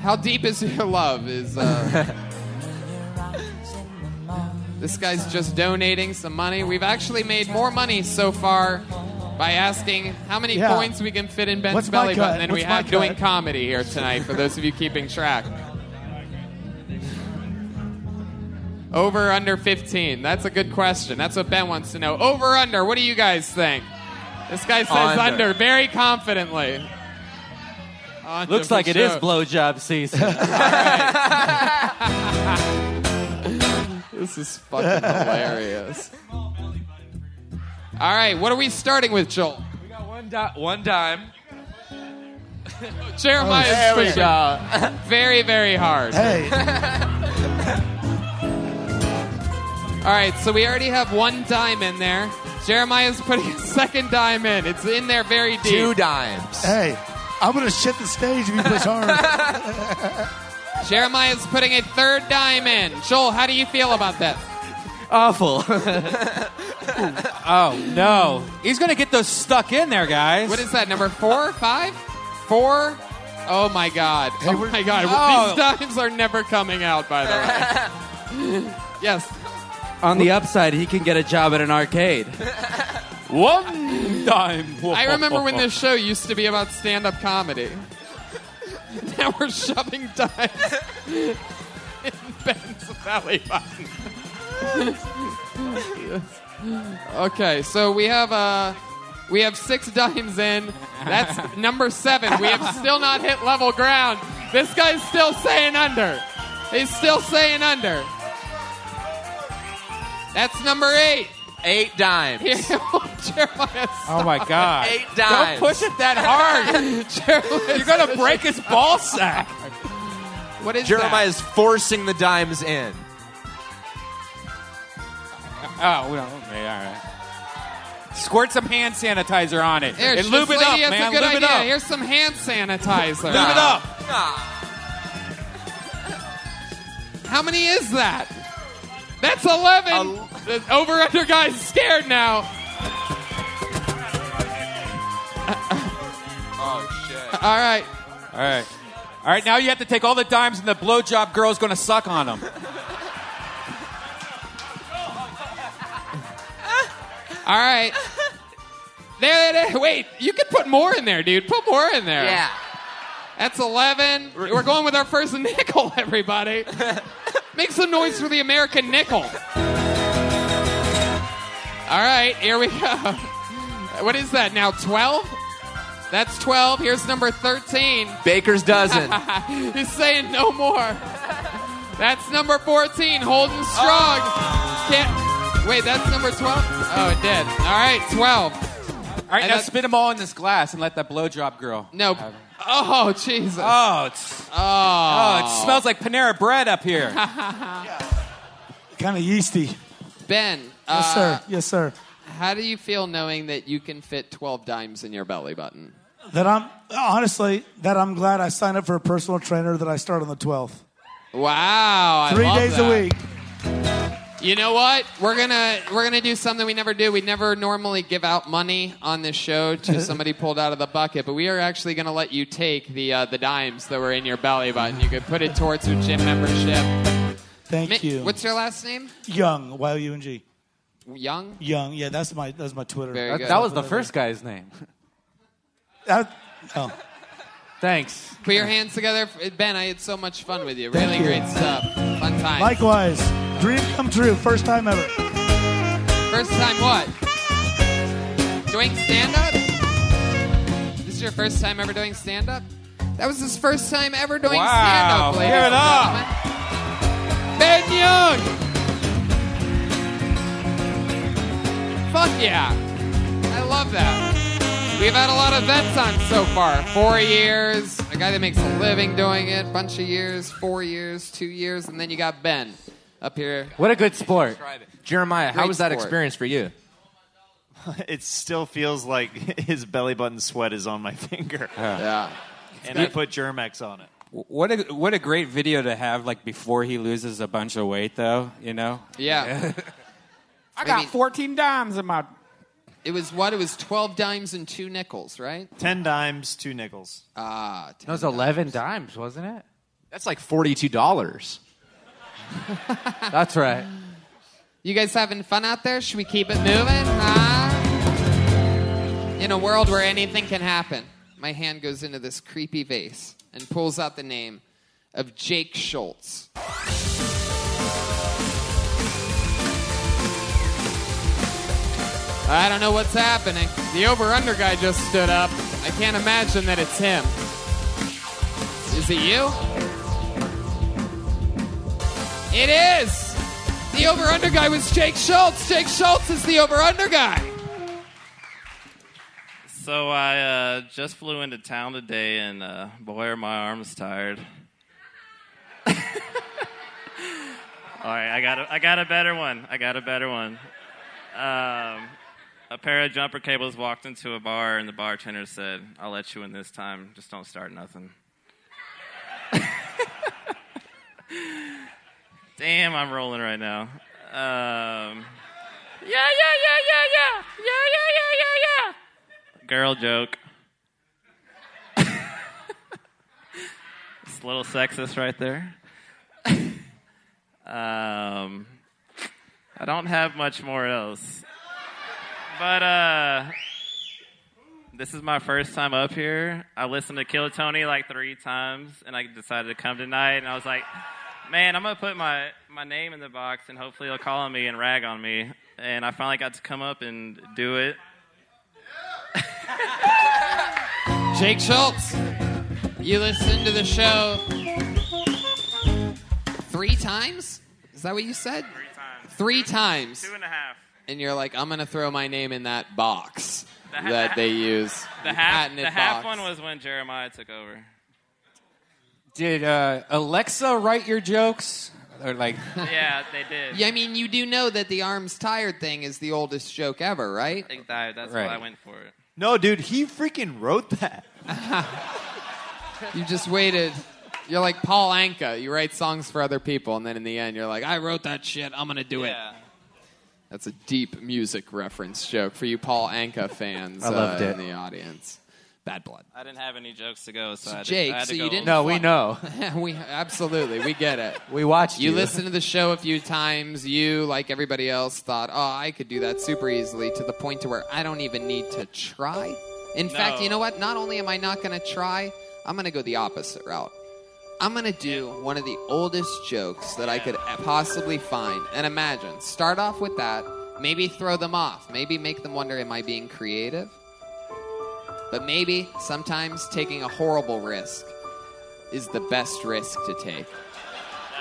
S3: How deep is your love? Is uh, this guy's just donating some money? We've actually made more money so far by asking how many
S5: Yeah.
S3: coins we can fit in Ben's
S5: What's my
S3: belly button
S5: cut?
S3: than we
S5: What's my
S3: have doing
S5: cut?
S3: comedy here tonight. For those of you keeping track. Over under 15. That's a good question. That's what Ben wants to know. Over under. What do you guys think? This guy says under,
S8: Under.
S3: very confidently. Under
S8: Looks
S3: for
S8: like it is
S3: sure.
S8: blowjob season.
S3: This is fucking hilarious. All right, what are we starting with, Joel?
S15: We got one, di- one dime.
S3: Jeremiah's
S15: Oh, There we
S3: fishing
S15: go.
S3: very, very hard.
S15: Hey.
S3: All right, so we already have one dime in there. Jeremiah's putting a second dime in. It's in there very deep.
S10: Two dimes.
S14: Hey, I'm gonna shit the stage if you push hard.
S3: Jeremiah's putting a third dime in. Joel, how do you feel about this?
S15: Awful. oh, no. He's going to get those stuck in there, guys.
S3: What is that, number four, five? Four? Oh my god. Oh my god.
S15: Oh.
S3: These dimes are never coming out, by the way. yes.
S8: On the upside, he can get a job at an arcade.
S15: One dime.
S3: I remember when this show used to be about stand up comedy. now we're shoving dimes in Ben's belly button. okay, so we have uh, we have six dimes in. That's number seven. We have still not hit level ground. This guy's still saying under. He's still saying under. That's number eight.
S10: Eight dimes.
S15: Oh my god.
S10: Eight dimes.
S15: Don't push it that hard. You're going to break his ball sack.
S3: What is
S10: Jeremiah is forcing the dimes in.
S2: Oh, we don't. Okay, all right. Squirt some hand sanitizer on it.
S3: Here,
S2: and lube
S3: this
S2: it up,
S3: lady has
S2: man.
S3: a good
S2: lube
S3: idea.
S2: it up.
S3: Here's some hand sanitizer.
S2: Lube it up.
S3: How many is that? That's 11. the over under guy's scared now.
S15: Oh, shit.
S3: All right.
S2: All right. All right, now you have to take all the dimes and the blowjob girl's going to suck on them.
S3: All right. There, there, there. Wait, you could put more in there, dude. Put more in there.
S10: Yeah.
S3: That's 11. We're going with our first nickel, everybody. Make some noise for the American nickel. All right, here we go. What is that now? 12? That's 12. Here's number 13.
S10: Baker's dozen.
S3: He's saying no more. That's number 14, holding strong. Can't, wait, that's number 12? Oh, it did. All right, 12.
S2: All right,
S3: And
S2: now
S3: that-
S2: spit them all in this glass and let that blowjob girl.
S3: Nope. Oh, Jesus.
S2: Oh, it's,
S3: oh. oh,
S2: it smells like Panera bread up here.
S14: kind of yeasty.
S3: ben,
S14: Yes,
S3: uh,
S14: sir. Yes, sir.
S3: how do you feel knowing that you can fit 12 dimes in your belly button?
S14: That I'm honestly that I'm glad I signed up for a personal trainer that I start on the 12th.
S3: Wow. I
S14: Three
S3: love
S14: days
S3: that.
S14: a week.
S3: You know what? We're gonna we're gonna do something we never do. We never normally give out money on this show to somebody pulled out of the bucket, but we are actually gonna let you take the uh, the dimes that were in your belly button. You could put it towards your gym membership.
S14: Thank
S3: Mi-
S14: you.
S3: What's your last name?
S14: Young, Y O U N G.
S3: Young.
S14: Young. Yeah, that's my that's my Twitter.
S3: Very
S8: That, that was the first guy's name.
S14: That- oh.
S8: Thanks.
S3: Put your hands together, Ben. I had so much fun with you. Really great stuff. Fun time.
S14: Likewise, dream come true. First time ever.
S3: First time what? Doing stand up? This is your first time ever doing stand up? That was his first time ever doing
S15: Wow.
S3: stand up, ladies.
S15: Give it
S3: and
S15: up.
S3: gentlemen. Ben Young! Fuck yeah! I love that. We've had a lot of vets on so far. Four years, a guy that makes a living doing it, bunch of years, four years, two years, and then you got Ben up here.
S10: What a good sport. Jeremiah, how
S3: Great
S10: was that
S3: sport.
S10: experience for you?
S5: it still feels like his belly button sweat is on my finger.
S10: Yeah.
S5: And I put Germex on it.
S2: What a what a great video to have like before he loses a bunch of weight though, you know?
S3: Yeah.
S2: I got 14 dimes in my.
S3: It was what? It was 12 dimes and two nickels, right?
S5: Ten dimes, two nickels.
S3: Ah,
S8: That was 11 dimes, wasn't it?
S10: That's like forty-two dollars.
S8: That's right.
S3: You guys having fun out there? Should we keep it moving? Huh? In a world where anything can happen, my hand goes into this creepy vase and pulls out the name of Jake Schultz. I don't know what's happening. The over under guy just stood up. I can't imagine that it's him. Is it you? It is! The over under guy was Jake Schultz. Jake Schultz is the over under guy.
S16: So I uh, just flew into town today, and uh, boy, are my arms tired. All right, I got a, I got a better one. I got a better one. Um, a pair of jumper cables walked into a bar, and the bartender said, "I'll let you in this time. Just don't start nothing." Damn, I'm rolling right now. Um,
S15: yeah, yeah, yeah, yeah, yeah, yeah, yeah, yeah, yeah, yeah.
S16: girl joke. it's a little sexist right there. um, I don't have much more else. But uh, this is my first time up here. I listened to Kill Tony like three times, and I decided to come tonight. And I was like, man, I'm gonna put my my name in the box, and hopefully they'll call on me and rag on me. And I finally got to come up and do it.
S3: Jake Schultz, you listened to the show three times? Is that what you said? Three times. Three times.
S16: Two and a half.
S3: And you're like, I'm going to throw my name in that box
S16: The ha-
S3: that they use.
S16: The half,
S3: patented
S16: the half
S3: box.
S16: one was when Jeremiah took over.
S2: Did uh, Alexa write your jokes? Or like.
S16: Yeah, they did.
S3: Yeah, I mean, you do know that the arms tired thing is the oldest joke ever, right?
S16: Exactly. That's
S3: Right.
S16: what I went for. It.
S5: No, dude, he freaking wrote that.
S3: You just waited. You're like Paul Anka. You write songs for other people, and then in the end, you're like, I wrote that shit. I'm going to do it. That's a deep music reference joke for you Paul Anka fans
S8: I loved
S3: uh,
S8: it.
S3: in the audience. Bad blood.
S16: I didn't have any jokes to go, so, I had to-
S3: Jake,
S16: I had
S3: so
S16: to
S3: you
S16: go
S3: didn't.
S8: No, we know.
S3: we absolutely we get it.
S8: We watched
S3: You
S8: you.
S3: listened to the show a few times. You, like everybody else, thought, "Oh, I could do that super easily," to the point to where I don't even need to try. In
S16: No.
S3: fact, you know what? Not only am I not going to try, I'm going to go the opposite route. I'm going to do one of the oldest jokes that I could possibly find and imagine. Start off with that. Maybe throw them off. Maybe make them wonder, "Am I being creative?" But maybe sometimes taking a horrible risk is the best risk to take.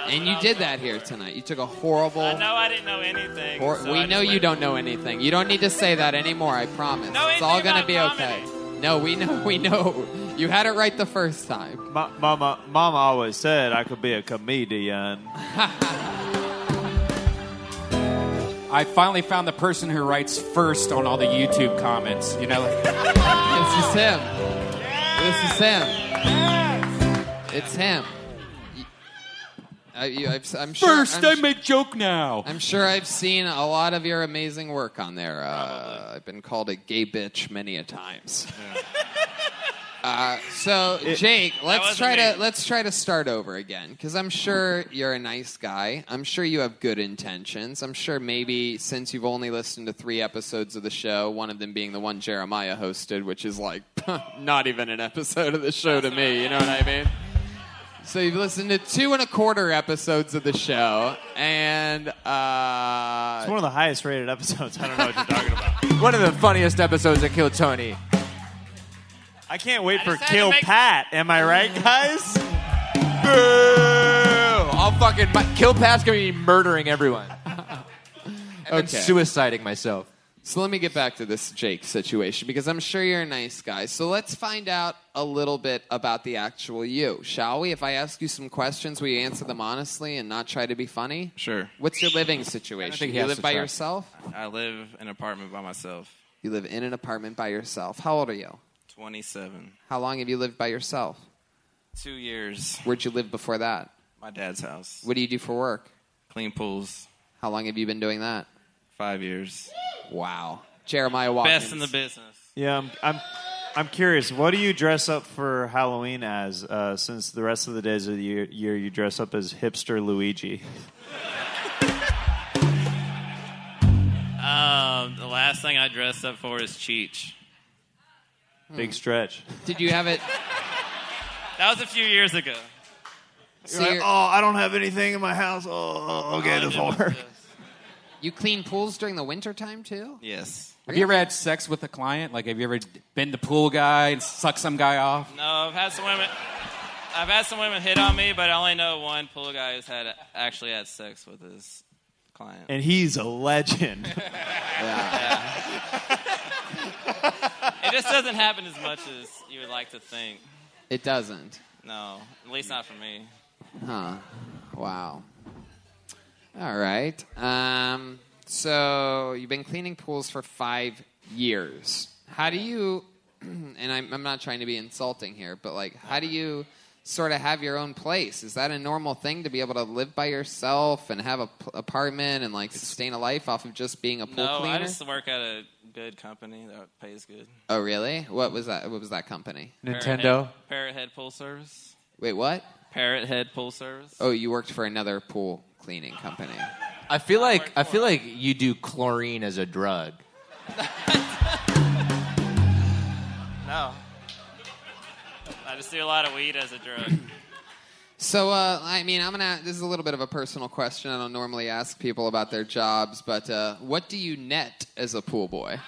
S3: And you did that here tonight. You took a
S16: I
S3: horrible.
S16: know I didn't know anything.
S3: hor-
S16: so I
S3: we know
S16: just
S3: you don't know anything. You don't need to say that anymore. I promise. it's all gonna be okay. No, we know. We know. You had it right the first time.
S5: Ma- mama, mama always said I could be a comedian.
S2: I finally found the person who writes first on all the YouTube comments. You know, like,
S3: This is him. This is him. It's him. Y- I, you, I've, am sure.
S2: first
S3: I'm
S2: I make joke now.
S3: I'm sure I've seen a lot of your amazing work on there. Uh, I've been called a gay bitch many a times. Uh, so
S15: It-
S3: Jake,
S15: That
S3: let's
S15: wasn't
S3: try to
S15: me.
S3: let's try to start over again because I'm sure you're a nice guy. I'm sure you have good intentions. I'm sure maybe since you've only listened to three episodes of the show, one of them being the one Jeremiah hosted, which is like not even an episode of the show to me. You know what I mean? So you've listened to two and a quarter episodes of the show, and uh,
S5: It's one of the highest rated episodes. I don't know what you're talking about.
S8: One of the funniest episodes of Kill Tony.
S5: I can't wait for
S8: just had to
S5: Kill
S8: make-
S5: Pat. Am I right, guys?
S10: I'll fucking my, kill Pat's gonna be murdering everyone.
S3: okay.
S10: suiciding myself.
S3: So let me get back to this Jake situation because I'm sure you're a nice guy. So let's find out a little bit about the actual you, shall we? If I ask you some questions, will you answer them honestly and not try to be funny?
S16: Sure.
S3: What's your living
S16: I don't
S3: situation?
S16: think he
S3: You
S16: has
S3: live
S16: to
S3: by
S16: try.
S3: yourself?
S16: I live in an apartment by myself.
S3: You live in an apartment by yourself. How old are you?
S16: Twenty-seven.
S3: How long have you lived by yourself?
S17: Two years.
S3: Where'd you live before that?
S17: My dad's house.
S3: What do you do for work?
S17: Clean pools.
S3: How long have you been doing that?
S17: Five years.
S3: Wow. Jeremiah Watkins.
S17: Best in the business.
S5: Yeah, I'm, I'm, I'm curious. What do you dress up for Halloween as? Uh, since the rest of the days of the year, year you dress up as hipster Luigi.
S16: Um, the last thing I dressed up for is Cheech.
S5: Big stretch.
S3: Hmm. Did you have it?
S16: That was a few years ago.
S3: So
S7: You're like,
S3: you're-
S7: oh, I don't have anything in my house. Oh, okay, this will work.
S3: You clean pools during the winter time too?
S17: Yes.
S2: Have you ever had sex with a client? Like, have you ever been the pool guy and sucked some guy off?
S16: No, I've had some women. I've had some women hit on me, but I only know one pool guy who's had actually had sex with his client.
S5: And he's a legend.
S16: It just doesn't happen as much as you would like to think.
S3: It doesn't.
S16: No, at least not for me.
S3: Huh. Wow. All right. Um, so you've been cleaning pools for five years. How do you, and I'm, I'm not trying to be insulting here, but like, how do you sort of have your own place? Is that a normal thing to be able to live by yourself and have a p- apartment and like sustain a life off of just being a pool
S16: No,
S3: cleaner?
S16: I just work at a good company that pays good.
S3: Oh, really? What was that? What was that company?
S16: Parrot Head- Parrot Head Pool Service.
S3: Wait, what?
S16: Parrot Head Pool Service.
S3: Oh, you worked for another pool cleaning company.
S10: I feel like I feel like you do chlorine as a drug.
S16: No. I just do a lot of weed as a drug.
S3: So, uh, I mean, I'm gonna. This is a little bit of a personal question. I don't normally ask people about their jobs, but uh, what do you net as a pool boy,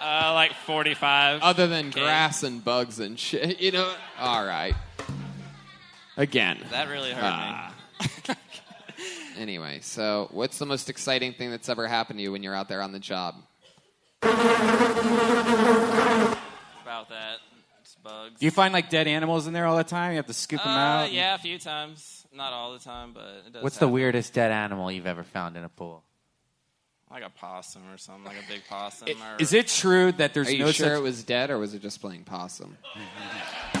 S16: Uh, like 45.
S3: other than grass and bugs and shit? You know. All right. Again.
S16: That really hurt
S3: Ah. anyway, so what's the most exciting thing that's ever happened to you when you're out there on the job?
S16: about that. It's bugs.
S2: Do you find like dead animals in there all the time? You have to scoop them out.
S16: Uh, yeah, a few times. Not all the time, but it does
S10: What's the
S16: happen.
S10: weirdest dead animal you've ever found in a pool?
S16: Like a possum or something, like a big possum. or
S2: Is it true that there's
S3: Are you
S2: no
S3: sure
S2: such-
S3: it was dead or was it just playing possum?
S16: I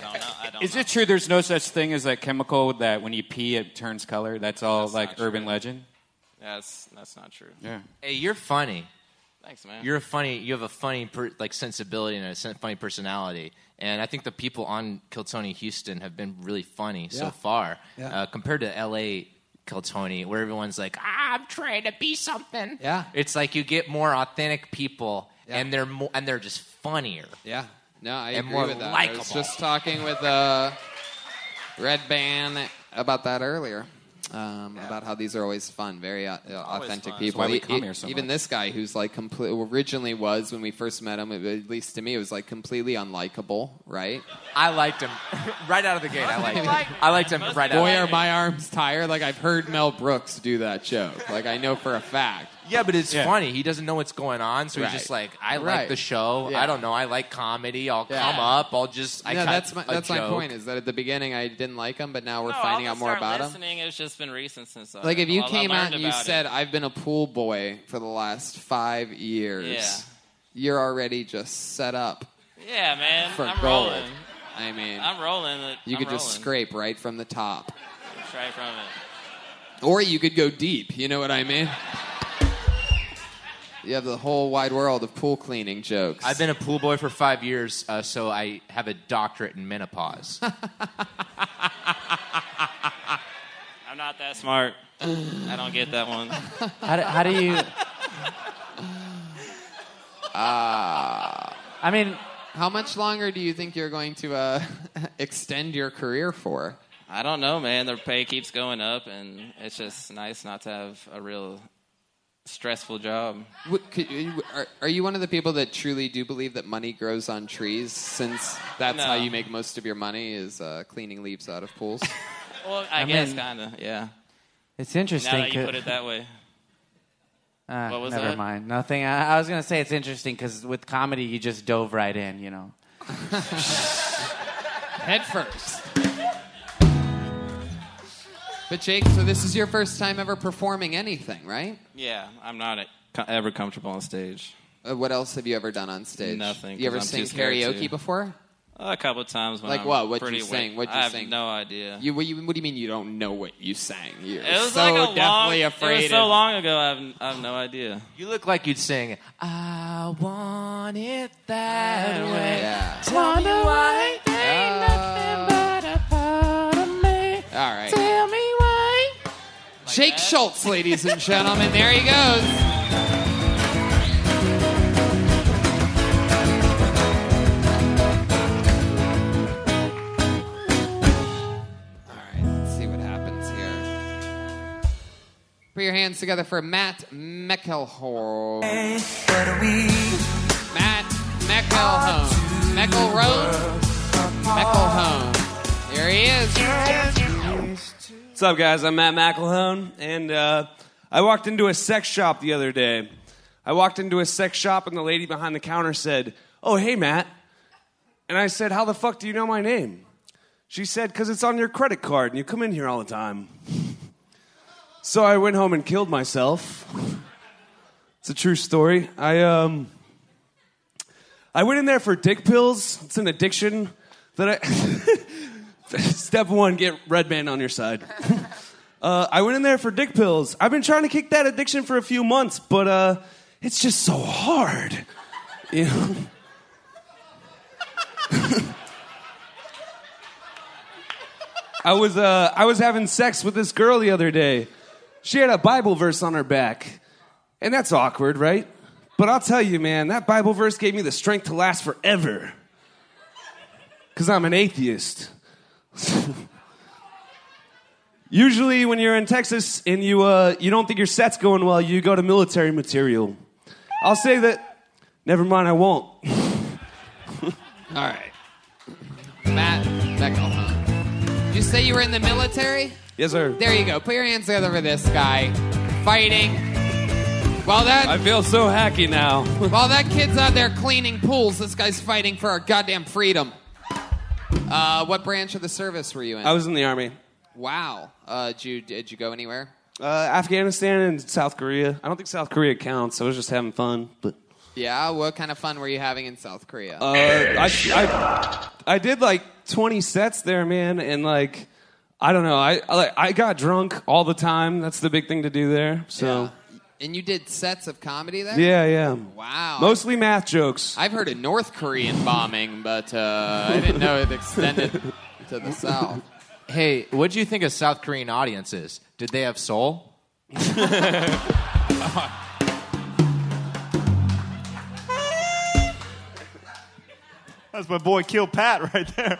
S16: don't know. I don't
S2: Is
S16: know.
S2: it true there's no such thing as that chemical that when you pee it turns color? That's all like urban legend.
S16: That's that's not true.
S2: Yeah.
S10: Hey, you're funny.
S16: Thanks, man.
S10: You're a funny. You have a funny per, like sensibility and a sen- funny personality. And I think the people on Kiltony Houston have been really funny so
S18: Yeah.
S10: far
S18: Yeah.
S10: uh, compared to L.A. Kiltony, where everyone's like, "Ah, I'm trying to be something.
S3: Yeah.
S10: it's like you get more authentic people, and they're mo- and they're just funnier.
S3: Yeah. No, I
S10: And
S3: agree
S10: more
S3: with that. I was
S10: likable.
S3: just talking with uh, Red Band about that earlier. Um, About how these are always fun, very uh, authentic
S2: fun.
S3: people.
S2: That's why we
S3: E-
S2: come
S3: e-
S2: here so
S3: even
S2: much.
S3: this guy, who's like complete, originally was when we first met him, at least to me, it was like completely unlikable, right?
S10: I liked him right out of the gate. I liked him. I liked him right out.
S3: Boy, are my arms tired. Like I've heard Mel Brooks do that joke. Like I know for a fact.
S10: Yeah, but it's funny. He doesn't know what's going on, so
S3: Right.
S10: he's just like, I
S3: Right.
S10: like the show.
S3: Yeah.
S10: Oh, I don't know. I like comedy. I'll
S3: Yeah.
S10: come up. I'll just. I
S3: no,
S10: cut
S3: that's my
S10: a
S3: that's my
S10: joke.
S3: point. Is that at the beginning I didn't like him, but now we're
S16: No,
S3: finding
S16: I'll
S3: out more
S16: start
S3: about him.
S16: listening. It's just been recent since. I-
S3: Like if you
S16: I- I
S3: came out
S16: learned
S3: and you
S16: about it.
S3: said, "I've been a pool boy for the last five years,"
S16: Yeah.
S3: you're already just set up.
S16: "Yeah, man,
S3: for
S16: I'm
S3: gold.
S16: rolling.
S3: I mean,
S16: I'm rolling. it-
S3: you
S16: I'm
S3: could just
S16: rolling.
S3: scrape right from the top,
S16: Straight from it.
S3: or you could go deep. You know what I mean? you have the whole wide world of pool cleaning jokes.
S10: I've been a pool boy for five years, uh, so I have a doctorate in menopause.
S16: I'm not that smart. I don't get that one.
S8: How do, how do you?
S3: Ah.
S8: I mean,
S3: how much longer do you think you're going to uh, extend your career for?
S16: I don't know, man. Their pay keeps going up, and it's just nice not to have a real stressful job.
S3: What, could, you- are, are you one of the people that truly do believe that money grows on trees? Since that's
S16: No.
S3: how you make most of your money is uh, cleaning leaves out of pools.
S16: Well, I,
S3: I
S16: guess
S3: mean-
S16: kind of, yeah.
S8: It's interesting
S16: Now that you
S8: 'cause-
S16: put it that way.
S8: Uh,
S16: What was
S8: never
S16: that?
S8: mind. Nothing. I, I was gonna say it's interesting because with comedy you just dove right in, you know.
S3: Head first. But Jake, so this is your first time ever performing anything, right?
S16: Yeah, I'm not a, co- ever comfortable on stage.
S3: Uh, what else have you ever done on stage?
S16: Nothing.
S3: You ever
S16: 'cause I'm
S3: sing
S16: too scared
S3: karaoke
S16: to.
S3: before?
S17: A couple of times when
S3: like
S17: I'm
S3: what? What
S17: pretty
S3: you
S17: wa-
S3: sang? What you
S17: I have
S3: sang?
S17: no idea.
S3: You what, you what do you mean you don't know what you sang? You're
S17: It was
S3: so
S17: like a long-
S3: definitely afraid.
S17: It was so long ago. I have, I have no idea.
S10: You look like you'd sing.
S8: I want it that way.
S3: Yeah. Uh.
S8: Tell me why ain't nothing but a part of me.
S3: All right.
S8: Tell me why.
S3: Jake Schultz, ladies and gentlemen. There he goes. Let's see what happens here. Put your hands together for Matt Meckelholm. Matt Meckelholm. Meckelholm. Meckelholm. Here he is.
S18: What's up, guys? I'm Matt McElhone, and uh, I walked into a sex shop the other day. I walked into a sex shop, and the lady behind the counter said, Oh, hey, Matt. And I said, How the fuck do you know my name? She said, Because it's on your credit card, and you come in here all the time. So I went home and killed myself. It's a true story. I, um, I went in there for dick pills. It's an addiction that I. Step one, get Red Band on your side. uh, I went in there for dick pills. I've been trying to kick that addiction for a few months, but uh, it's just so hard. You know? I was uh, I was having sex with this girl the other day. She had a Bible verse on her back, and that's awkward, right? But I'll tell you, man, that Bible verse gave me the strength to last forever. Cause I'm an atheist. Usually, when you're in Texas and you uh, you don't think your set's going well, you go to military material. I'll say that. Never mind, I won't.
S3: All right. Matt Meckelholm. Did you say you were in the military?
S18: Yes, sir.
S3: There you go. Put your hands together for this guy. Fighting. Well, that.
S18: I feel so hacky now.
S3: While that kid's out there cleaning pools, this guy's fighting for our goddamn freedom. Uh, what branch of the service were you in?
S18: I was in the army.
S3: Wow. Uh, did you did you go anywhere?
S18: Uh, Afghanistan and South Korea. I don't think South Korea counts. I was just having fun, but
S3: Yeah. What kind of fun were you having in South Korea?
S18: Uh, I, I, I did like 20 sets there, man, and like, I don't know. I, I like I got drunk all the time. That's the big thing to do there. So
S3: and you did sets of comedy there?
S18: yeah, yeah.
S3: Wow.
S18: Mostly math jokes.
S3: I've heard of North Korean bombing, but uh, I didn't know it extended to the south.
S10: Hey, what do you think of South Korean audiences? Did they have soul?
S5: That's my boy Kill Pat right there.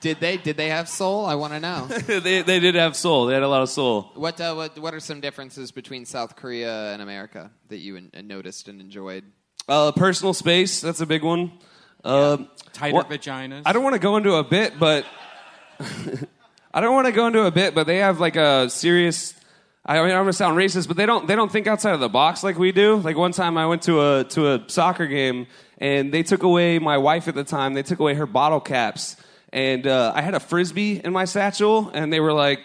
S3: Did they did they have soul? I want to know.
S18: they they did have soul. They had a lot of soul.
S3: What, uh, what what are some differences between South Korea and America that you en- uh, noticed and enjoyed?
S18: Uh, personal space. That's a big one. Uh,
S2: Tighter
S18: what-
S2: vaginas.
S18: I don't want to go into a bit, but I don't want to go into a bit, but they have like a serious. I mean, I'm gonna sound racist, but they don't they don't think outside of the box like we do. Like one time, I went to a to a soccer game, and they took away my wife at the time. They took away her bottle caps, and uh, I had a frisbee in my satchel, and they were like,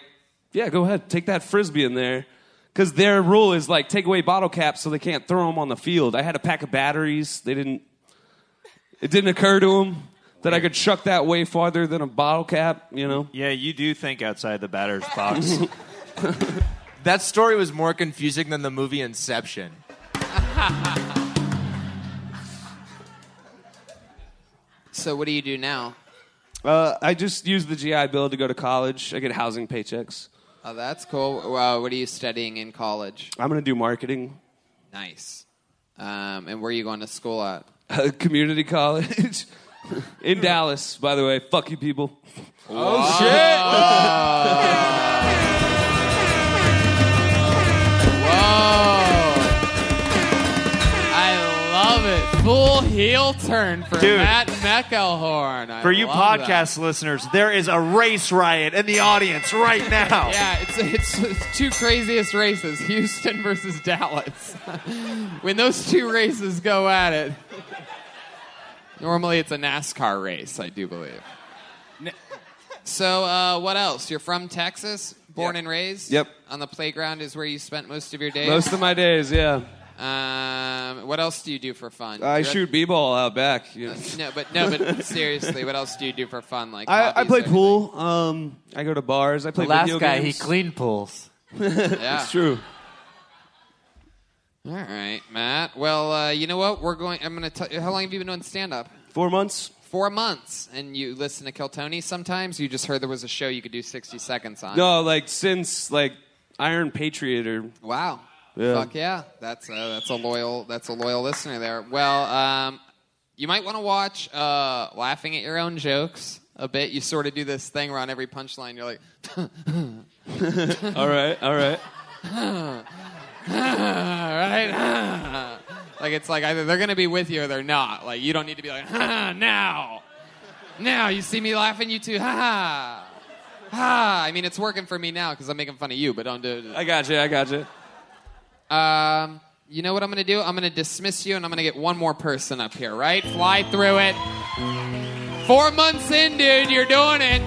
S18: "Yeah, go ahead, take that frisbee in there." Because their rule is like take away bottle caps so they can't throw them on the field. I had a pack of batteries. They didn't. It didn't occur to them that I could chuck that way farther than a bottle cap. You know.
S5: Yeah, you do think outside the batter's box.
S10: That story was more confusing than the movie Inception.
S3: So what do you do now?
S18: Uh, I just use the GI Bill to go to college. I get housing paychecks.
S3: Oh, that's cool. Uh, what are you studying in college?
S18: I'm going to do marketing.
S3: Nice. Um, and where are you going to school at?
S18: Uh, community college in Dallas, by the way. Fuck you, people.
S3: Oh, I love it. Full heel turn for
S5: Dude.
S3: Matt Meckelhorn. I
S5: For you
S3: love
S5: podcast
S3: that.
S5: listeners, there is a race riot in the audience right now.
S3: Yeah, it's, it's it's two craziest races: Houston versus Dallas. when those two races go at it, normally it's a NASCAR race, I do believe. So, uh, what else? You're from Texas, born and raised.
S18: Yep.
S3: On the playground is where you spent most of your days.
S18: Most of my days, yeah.
S3: Uh, Um, what else do you do for fun?
S18: I
S3: You rec-
S18: shoot b-ball out back. you know.
S3: Uh, No, but no, but seriously, what else do you do for fun? Like
S18: I, I
S3: hobbies
S18: play
S3: or-
S18: pool. Um, I go to bars. I play
S8: The last
S18: video
S8: guy,
S18: games.
S8: he cleaned pools.
S3: Yeah.
S18: It's true.
S3: All right, Matt. Well, uh, you know what? We're going. I'm going to tell you. How long have you been doing stand up?
S18: Four months.
S3: Four months, and you listen to Kill Tony. Sometimes you just heard there was a show you could do 60 seconds on.
S18: No, like since like Iron Patriot or
S3: Wow.
S18: Yeah.
S3: Fuck yeah. That's a, that's a loyal that's a loyal listener there. Well, um, you might want to watch uh, laughing at your own jokes a bit. You sort of do this thing where on every punchline you're like,
S18: all right, all right.
S3: right? like it's like either they're gonna be with you or they're not. Like you don't need to be like now, now you see me laughing, you too. Ha ha. ha. I mean, it's working for me now because I'm making fun of you, but don't do it.
S18: I got you. I got you.
S3: Um, you know what I'm gonna do? I'm gonna dismiss you, and I'm gonna get one more person up here. Right? Fly through it. Four months in, dude, you're doing it.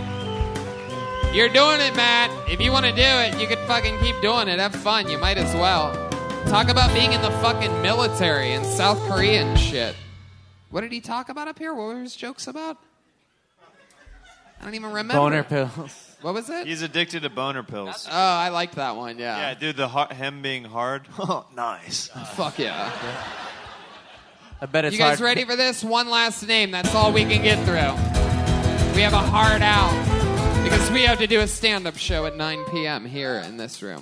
S3: You're doing it, Matt. If you want to do it, you could fucking keep doing it. Have fun. You might as well. Talk about being in the fucking military and South Korean shit. What did he talk about up here? What were his jokes about? I don't even remember.
S5: pills.
S3: What was it?
S5: He's addicted to boner pills.
S3: Oh, I liked that one. Yeah.
S5: Yeah, dude, the har him being hard. Oh, nice.
S3: Fuck yeah.
S5: I bet
S3: you guys ready for this? One last name. That's all we can get through. We have a hard out because we have to do a stand-up show at 9 p.m. here in this room.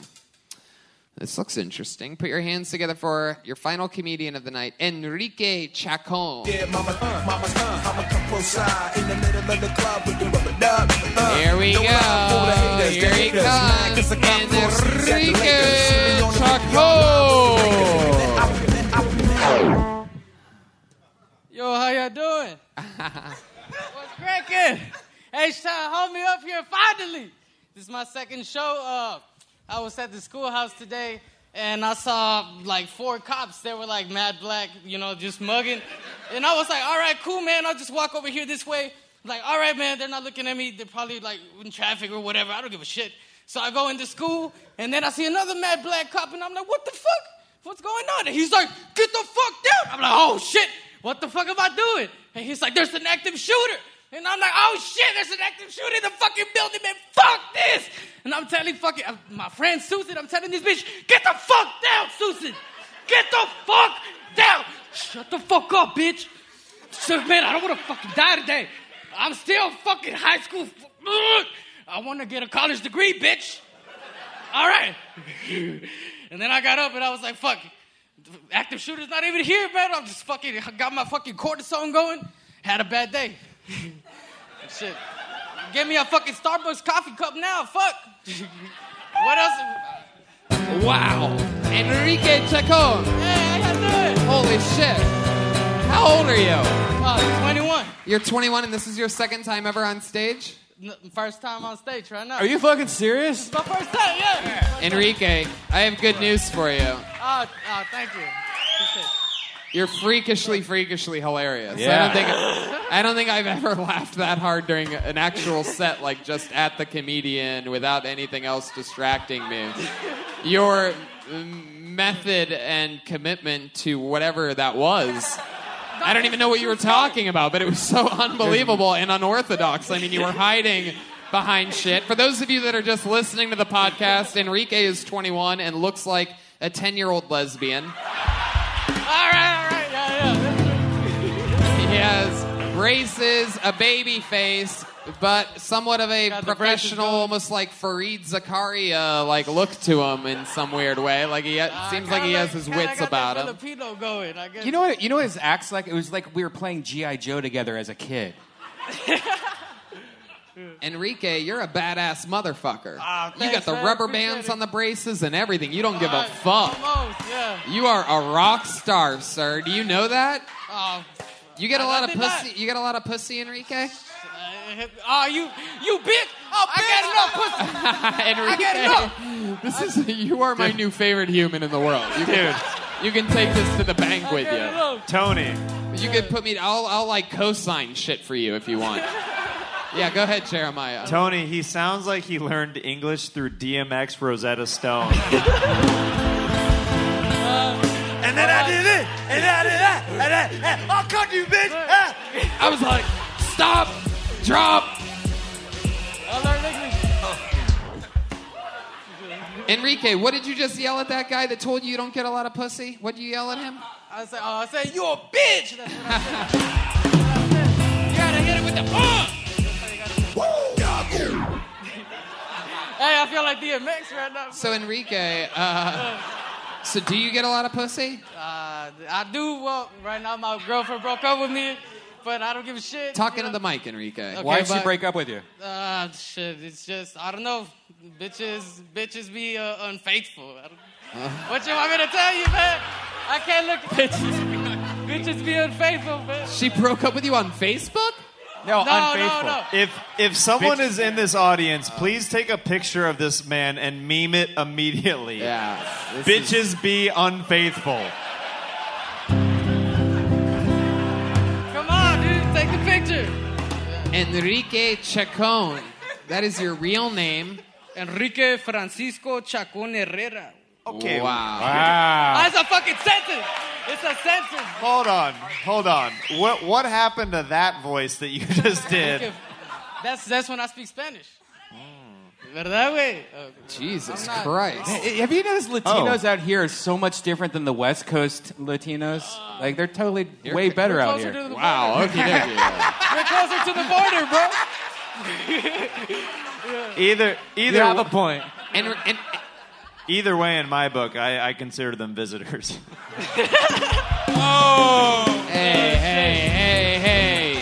S3: This looks interesting. Put your hands together for your final comedian of the night, Enrique Chacon. Uh. Here we go. Here he comes. Enrique Chacon.
S15: Yo, how y'all doing? What's cracking? Hey, Sean, hold me up here finally. This is my second show. Uh, I was at the schoolhouse today, and I saw like four cops. They were like mad black, you know, just mugging. And I was like, all right, cool, man. I'll just walk over here this way. Like, all right, man. They're not looking at me. They're probably like in traffic or whatever. I don't give a shit. So I go into school, and then I see another mad black cop, and I'm like, what the fuck? What's going on? And he's like, get the fuck down. I'm like, oh shit, what the fuck am I doing? And he's like, there's an active shooter. And I'm like, oh shit, there's an active shooter in the fucking building, man. Fuck this. And I'm telling fucking uh, my friend Susan, I'm telling this bitch, get the fuck down, Susan. Get the fuck down. Shut the fuck up, bitch. Shut, man, I don't want to fucking die today. I'm still fucking high school. I want to get a college degree, bitch. All right. And then I got up and I was like, fuck, active shooter's not even here, man. I'm just fucking, I got my fucking cortisone going. Had a bad day. Shit. Get me a fucking Starbucks coffee cup now, fuck. what else? Wow.
S3: Enrique Chacon.
S15: Hey, how you doing?
S3: Holy shit. How old are you?
S15: Uh, 21.
S3: You're 21 and this is your second time ever on stage?
S15: N- First time on stage right now.
S3: fucking serious?
S15: My first time, yeah.
S3: Enrique, I have good news for you.
S15: Oh, oh thank you. Appreciate it.
S3: You're freakishly, freakishly hilarious. I
S15: Yeah.
S3: don't think I don't think I've ever laughed that hard during an actual set, like just at the comedian without anything else distracting me. Your mm, method and commitment to whatever that was. I don't even know what you were talking about, but it was so unbelievable and unorthodox. I mean, you were hiding behind shit. For those of you that are just listening to the podcast, Enrique is 21 and looks like a 10 year old lesbian.
S15: All right, all right, yeah, yeah.
S3: He has braces, a baby face, but somewhat of a professional, almost like Farid Zakaria uh, like look to him in some weird way. Like he
S15: Ah,
S3: ha- seems like he has his wits about him.
S15: Filipino going, I guess.
S2: You know what? You know what his acts like? It was like we were playing GI Joe together as a kid.
S3: Enrique, you're a badass motherfucker. you
S15: Ah, thanks,
S3: got the
S15: man.
S3: rubber
S15: Appreciate
S3: bands
S15: it. Ah,
S3: on the braces and everything. You don't give
S15: All
S3: a
S15: right,
S3: fuck.
S15: Almost, yeah.
S3: You are a rock star, sir. Do you know that?
S15: Oh,
S3: You get a
S15: I
S3: lot of
S15: did not.
S3: pussy. You get a lot of pussy, Enrique.
S15: uh, oh, you, you bitch. Oh, bitch. I got enough pussy. I got enough.
S3: Enrique, this is you are my new favorite human in the world. You can, you can take this to the bank with you,
S5: Tony.
S3: You can put me. I'll I'll like co-sign shit for you if you want. Yeah, go ahead, Jeremiah.
S5: Tony, he sounds like he learned English through DMX Rosetta Stone.
S15: And then I did it.
S4: and that, and that, and that, and that. I'll cut you, bitch. Ah.
S7: I was like, stop, drop.
S3: Enrique, what did you just yell at that guy that told you you don't get a lot of pussy? What did you yell at him?
S15: I said, oh, I said, you a bitch. That's what I said. Hey, I feel like DMX right now.
S3: So Enrique, uh, so do you get a lot of pussy?
S15: Uh, I do. Well, right now my girlfriend broke up with me, but I don't give a shit.
S3: Talking to the mic, Enrique.
S15: Okay,
S2: Why did she
S15: but-
S2: break up with you?
S15: Uh, shit. It's just I don't know. Bitches, bitches be uh, unfaithful. I don't,
S3: Uh,
S15: What you want me to tell you, man? I can't look. Bitches, bitches be unfaithful, man.
S3: She broke up with you on Facebook?
S5: No,
S15: No, no,
S5: unfaithful.
S15: no.
S5: If if someone is in this audience, please take a picture of this man and meme it immediately.
S3: Yeah.
S5: Bitches be unfaithful.
S15: Come on, dude, take the picture.
S3: Enrique Chacon. That is your real name.
S15: Enrique Francisco Chacon Herrera.
S5: Okay.
S3: Wow.
S15: That's a fucking sentence. It's a sentence.
S5: Hold on, hold on. What what happened to that voice that you just did?
S15: That's that's when I speak Spanish. Mm. ¿Verdad, güey?
S3: Jesus
S15: I'm not-
S3: Christ. Oh.
S2: Hey, Have you noticed Latinos out here are so much different than the West Coast Latinos? Like they're totally way better
S15: we're
S2: out
S15: closer
S2: here.
S15: to the
S2: wow.
S15: border.
S2: Okay. thank you.
S15: We're closer to the border, bro.
S5: Either either
S15: have
S5: a
S2: point.
S3: And, and
S5: either way, in my book, I, I consider them visitors.
S3: Oh. Hey, hey, hey, hey.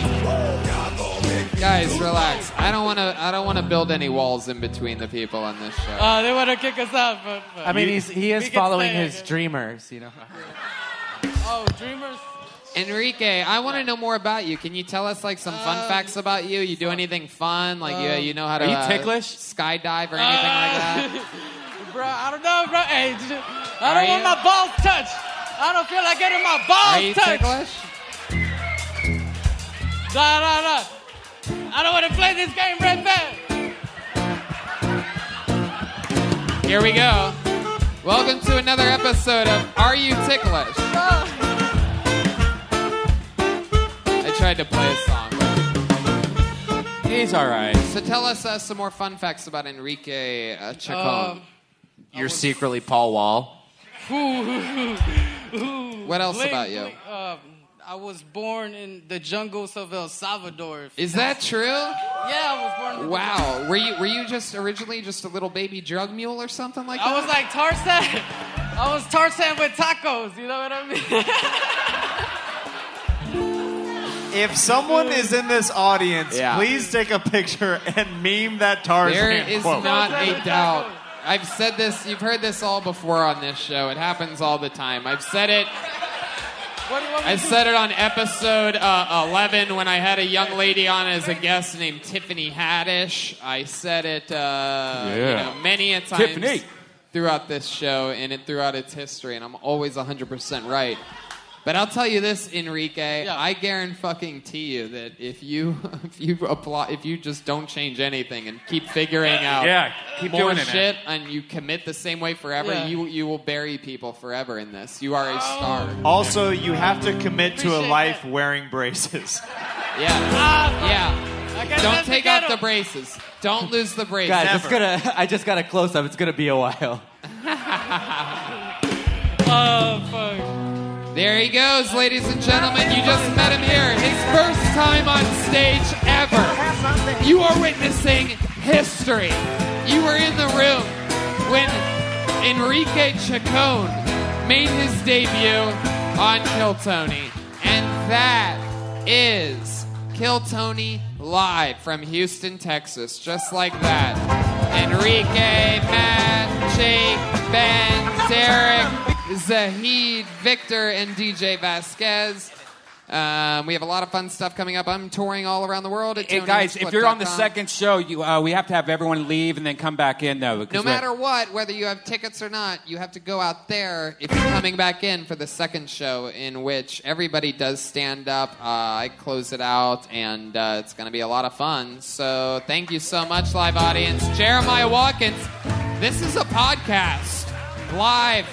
S3: Guys, relax. I don't want to. I don't want to build any walls in between the people on this show.
S15: Uh, they want to kick us out, but, but-
S8: I mean, he's, he is
S15: We can
S8: following
S15: stay, I
S8: his
S15: guess.
S8: dreamers, you know.
S15: Oh, dreamers.
S3: Enrique, I want to know more about you. Can you tell us like some fun facts about you? You do anything fun? Like
S15: Uh, um,
S3: you, you know how to
S15: Are you
S3: uh,
S15: ticklish?
S3: skydive or anything like that?
S15: bro, I don't know, bro. Hey, j- I
S3: Are
S15: don't want
S3: you-
S15: my balls touched. I don't feel like getting my
S3: Are
S15: balls
S3: you
S15: touched.
S3: ticklish?
S15: Nah, nah, nah. I don't want to play this game, Red Man. Uh.
S3: Here we go. Welcome to another episode of Are You Ticklish?
S15: Uh.
S3: I tried to play a song. but-
S2: He's all right.
S3: So tell us uh, some more fun facts about Enrique uh, Chacon.
S15: Um,
S10: You're secretly Paul Wall.
S3: What else about you?
S15: Um, I was born in the jungles of El Salvador. If
S3: Is
S15: you know.
S3: that true?
S15: Yeah, I was born. In the
S3: Wow. Were you were you just originally just a little baby drug mule or something like that?
S15: I was like Tarzan. I was Tarzan with tacos. You know what I mean?
S5: If someone is in this audience,
S3: Yeah.
S5: please take a picture and meme that Tarzan
S3: There is
S5: quote.
S3: not a doubt. I've said this. You've heard this all before on this show. It happens all the time. I've said it.
S15: What do you want me
S3: I
S15: to do?
S3: said it on episode uh, 11 when I had a young lady on as a guest named Tiffany Haddish. I said it uh,
S2: Yeah.
S3: you know, many a time
S2: Tiffany.
S3: throughout this show and it throughout its history, and I'm always 100% right. But I'll tell you this, Enrique, I guarantee fucking tea you that if you if you apply if you just don't change anything and keep figuring out
S2: Yeah, keep
S3: more
S2: doing it, man.
S3: shit and you commit the same way forever,
S5: Yeah.
S3: you you will bury people forever in this. You are a star.
S5: Also, you have to commit to a life wearing braces.
S3: Yeah.
S15: Ah. I
S3: Yeah.
S15: guess
S3: Don't
S15: that's
S3: take
S15: the
S3: off
S15: ghetto.
S3: the braces. Don't lose the braces.
S8: Guys, it's gonna, I just got a close up. It's going to be a while.
S15: Oh fuck.
S3: There he goes, ladies and gentlemen. You just met him here. His first time on stage ever. You are witnessing history. You were in the room when Enrique Chacon made his debut on Kill Tony. And that is Kill Tony live from Houston, Texas. Just like that. Enrique, Matt, Jake, Ben, Derek, Zahid, Victor, and DJ Vasquez. Um, we have a lot of fun stuff coming up. I'm touring all around the world. At
S2: Hey guys, if you're on the
S3: TonyHinchcliffe.com.
S2: second show, you, uh, we have to have everyone leave and then come back in though.
S3: No
S2: because we're-
S3: matter what, whether you have tickets or not, you have to go out there if you're coming back in for the second show, in which everybody does stand up. Uh, I close it out, and uh, it's going to be a lot of fun. So thank you so much, live audience. Jeremiah Watkins, this is a podcast live.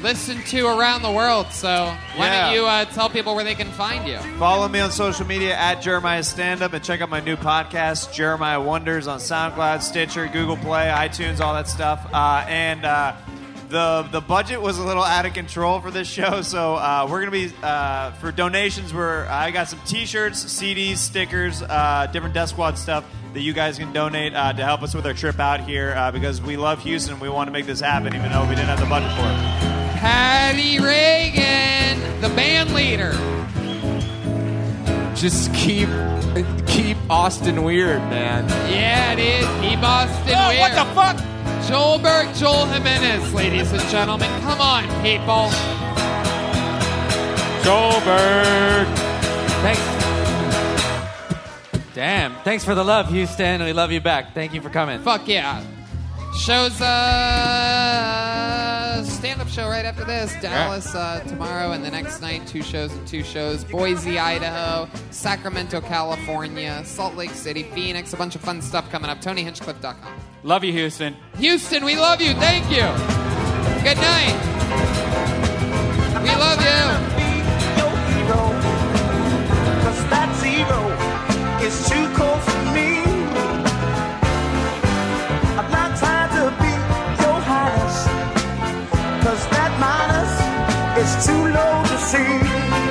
S3: listened to around the world. So why
S5: Yeah.
S3: don't you uh, tell people where they can find you?
S5: Follow me on social media at Jeremiah Standup and check out my new podcast, Jeremiah Wonders, on SoundCloud, Stitcher, Google Play, iTunes, all that stuff. Uh, and uh, the the budget was a little out of control for this show, so uh, we're gonna be uh, for donations. Where I got some T-shirts, CDs, stickers, uh, different Death Squad stuff that you guys can donate uh, to help us with our trip out here uh, because we love Houston. and We want to make this happen, even though we didn't have the budget for it.
S3: Patty Reagan, the band leader.
S10: Just keep keep Austin weird, man.
S3: Yeah, it is. He Boston
S4: Oh,
S3: Weir.
S4: what the
S3: fuck? Joel Berg, Joel Jimenez, ladies and gentlemen. Come on, people.
S2: Joel Berg.
S8: Thanks. Damn. Thanks for the love, Houston. We love you back. Thank you for coming.
S3: Fuck yeah. Shows uh stand-up show right after this. Dallas uh, tomorrow and the next night, two shows and two shows. Boise, Idaho, Sacramento, California, Salt Lake City, Phoenix, a bunch of fun stuff coming up. TonyHinchcliffe.com.
S2: Love you, Houston.
S3: Houston, we love you. Thank you. Good night. We love you.
S4: Cause that zero is too cold for me. I'm not trying to be your highness. Cause that minus is too low to see. Uh-huh.
S13: Uh,